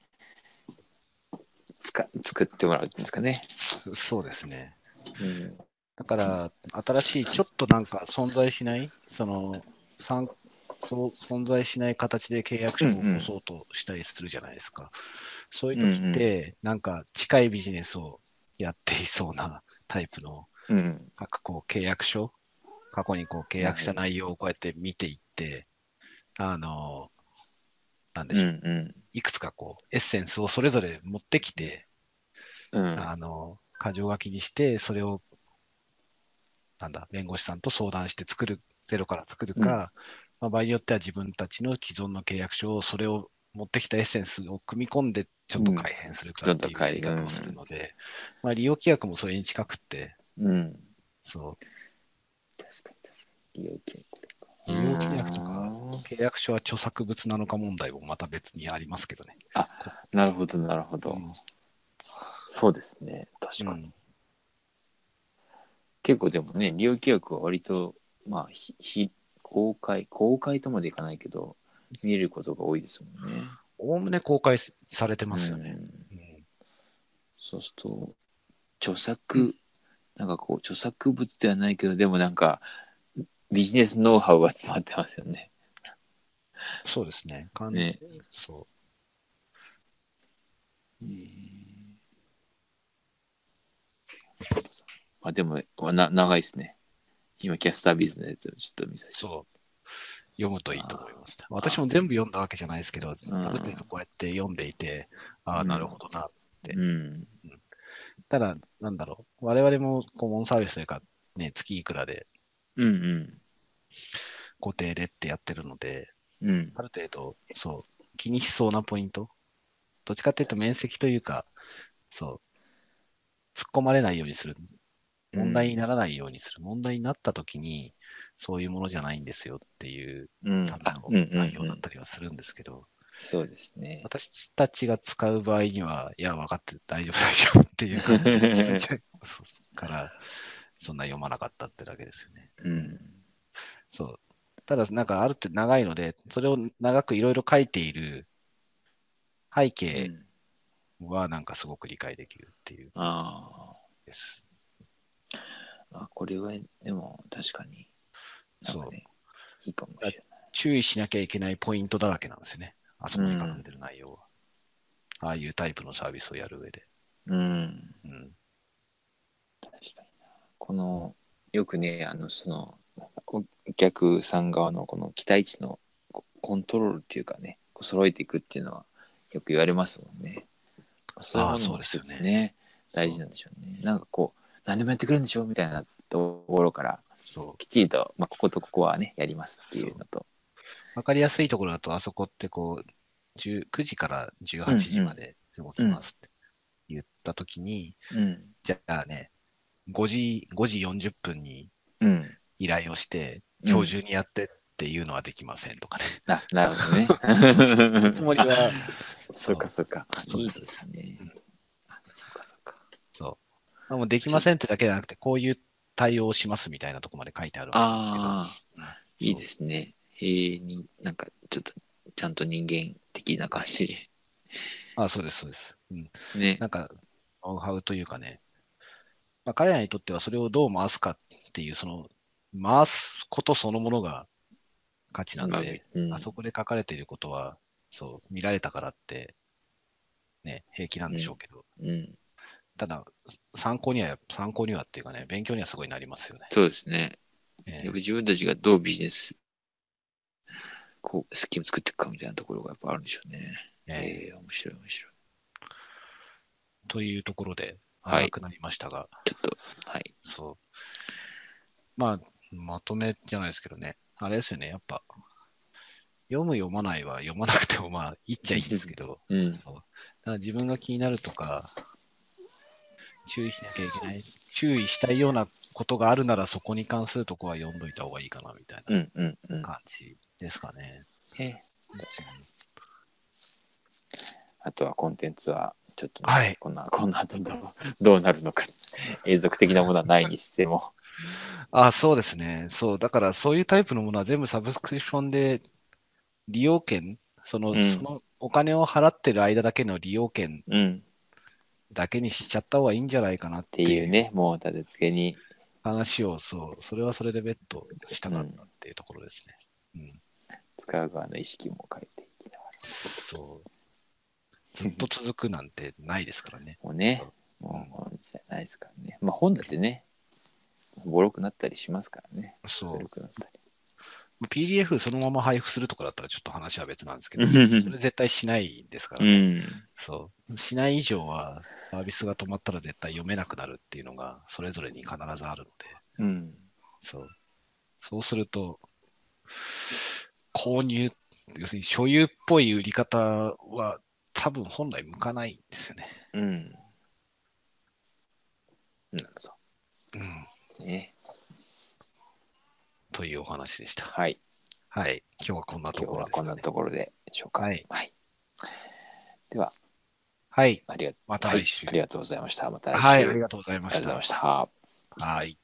つか作ってもらうっていうんですかね。
そそうですね。
うん
だから、新しい、ちょっとなんか存在しない、その、参そう存在しない形で契約書を起こそうとしたりするじゃないですか。そういう時って、なんか近いビジネスをやっていそうなタイプの、
うん
各こう契約書、過去にこう契約した内容をこうやって見ていって、あの、なんで
うん
しょう、
うん
いくつかこう、エッセンスをそれぞれ持ってきて、
うん
あの、箇条書きにして、それを、なんだ、弁護士さんと相談して作るゼロから作るか、まあ、場合によっては自分たちの既存の契約書を、それを持ってきたエッセンスを組み込んで、ちょっと改変するか
うん
ってい
ちょっ
うや
と改
り方をするので、まあ、利用規約もそれに近くって、
うん。
そう
確かに確かに。利用
利
契約とか。
用契約とか、契約書は著作物なのか問題もまた別にありますけどね。
なるほど、なるほど。そうですね。確かに。
うん
結構でもね、利用契約は割と、まあ、ひ非公開、公開とまでいかないけど、見れることが多いですもんね。
おおむね公開されてますよね。
うん
うん
そうすると、著作、なんかこう、著作物ではないけど、でもなんか、ビジネスノウハウが詰まってますよね。
そうですね。完
ね
そう
まあでも、な長いですね。今、キャスタービズのやつをちょっと見させて。
そう。読むといいと思います。私も全部読んだわけじゃないですけど、
ん
ある程度こうやって読んでいて、ああ、
うん
なるほどな。
うん。
ただ、なんだろう。我々も顧問サービスというか、ね、月いくらで
うん
固定でってやってるので、
うん。うん。
ある程度、そう、気にしそうなポイント。どっちかっていうと面積というか、そう、突っ込まれないようにする。問題にならないようにする。問題になった時に、そういうものじゃないんですよっていう
うん。
ため
あうんう
の
んう
内容だっ
ん。
たりはするんですけど、
そうですね。
私たちが使う場合には、いや、分かってる、大丈夫、大丈夫っていう感じになっちゃうそうから、そんな読まなかったってだけですよね。
うん。
そう。ただ、なんかあるって長いので、それを長くいろいろ書いている背景
うん
は、なんかすごく理解できるっていう
あ
です。
ーあ、これは、でも、確かに。なんかね、いいかもしれない。
注意しなきゃいけないポイントだらけなんですよね。あそこに書かれてる内容は。ああいうタイプのサービスをやる上で。
うん。
うん。
確かになこのよくねあのそのお客さん側のこの期待値のココントロールっていうかねこう揃えていくっていうのはよく言われますもんね。そういうものも一つ
そうですよ
ね大事なんでしょうね。なんかこう何でもやってくれるんでしょみたいなところから
そう。
きっちりと、まあ、こことここはねやりますっていうのと。
わかりやすいところだと、あそこってこう、10 9時から18時まで動きますって言ったときに、
うん。
じゃあね、5時、5時40分に
うん。
依頼をして、
うん
今日中にやってっていうのはできませんとかね。
あなるほどね。
つまりは、
そうかそうか。
そう
いい
です
ですね
うん。
あそうかそうか。
そう。あもうできませんってだけじゃなくて、こういう対応をしますみたいなとこまで書いてあるわ
あ
けなんですけど。
あ、いいですね。へえ、になんかちょっとちゃんと人間的な感じ。
そう。あそうです、そうです。うん、
ね
な。んか、ノウハウというかね、まあ、彼らにとってはそれをどう回すかっていう、その、回すことそのものが価値なん
まあ
で、
うん
あそこで書かれていることは、そう、見られたからって、ね、平気なんでしょうけど、
うん。
ただ、参考には、参考にはっていうかね、勉強にはすごいなりますよね。
そうですね。
え
や
え
っぱ自分たちがどうビジネス、こう、スキーム作っていくかみたいなところがやっぱあるんでしょうね。
ええ
へえ、面白い面白い。
というところで、
はい
長くなりましたが、
ちょっと、はい。
そう。まあ、まとめじゃないですけどね。あれですよね、やっぱ。読む読まないは読まなくてもまあ、いいっちゃいいんですけど、
うん。
そう。だから自分が気になるとか、注意しなきゃいけない、注意したいようなことがあるなら、そこに関するとこは読んどいた方がいいかな、みたい
うんうんうん
な。感じですかね。
ねあとはコンテンツは、ちょっとね、
はい
こんな、こんな後どうどうなる のか、永続的なものはないにしても。
あ、そうですね。そう。だから、そういうタイプのものは全部サブスクリプションで、利用権、その、
うん
そのお金を払ってる間だけの利用権
うん。
だけにしちゃった方がいいんじゃないかなっ
って
て
い
いうう
ね、もう立て付けに。
話を、そう、それはそれで別途したかったっていうところですね。うん。
使う側の意識も変えていきながら。
そう。ずっと続くなんてないですから ね。
もうね、もうこの時代ないですからね。まあ本だってね、ボロくなったりしますからね。
そ
ボロくなったり。
う。PDF そのまま配布するとかだったらちょっと話は別なんですけど、それ
う
絶対しないですからね。
ん。
そう。しない以上は、サービスが止まったら絶対読めなくなるっていうのが、それぞれに必ずあるので、
うん。
そう。そうすると、購入、要するに所有っぽい売り方は多分本来向かないんですよね。
うん。なるほ
うん、
ど。ね。
というお話でした。
はい。
はい。今日はこんなと
今日
ころ
は
ですか
こん
ね、
なところでしょうか。
はい。
では、
はい。
ありが
また
はい
来週。
ありがとうございました。また来週。
はい。ありがとうございま
ありがとうご
し
ざい
た
ま。した。
はい。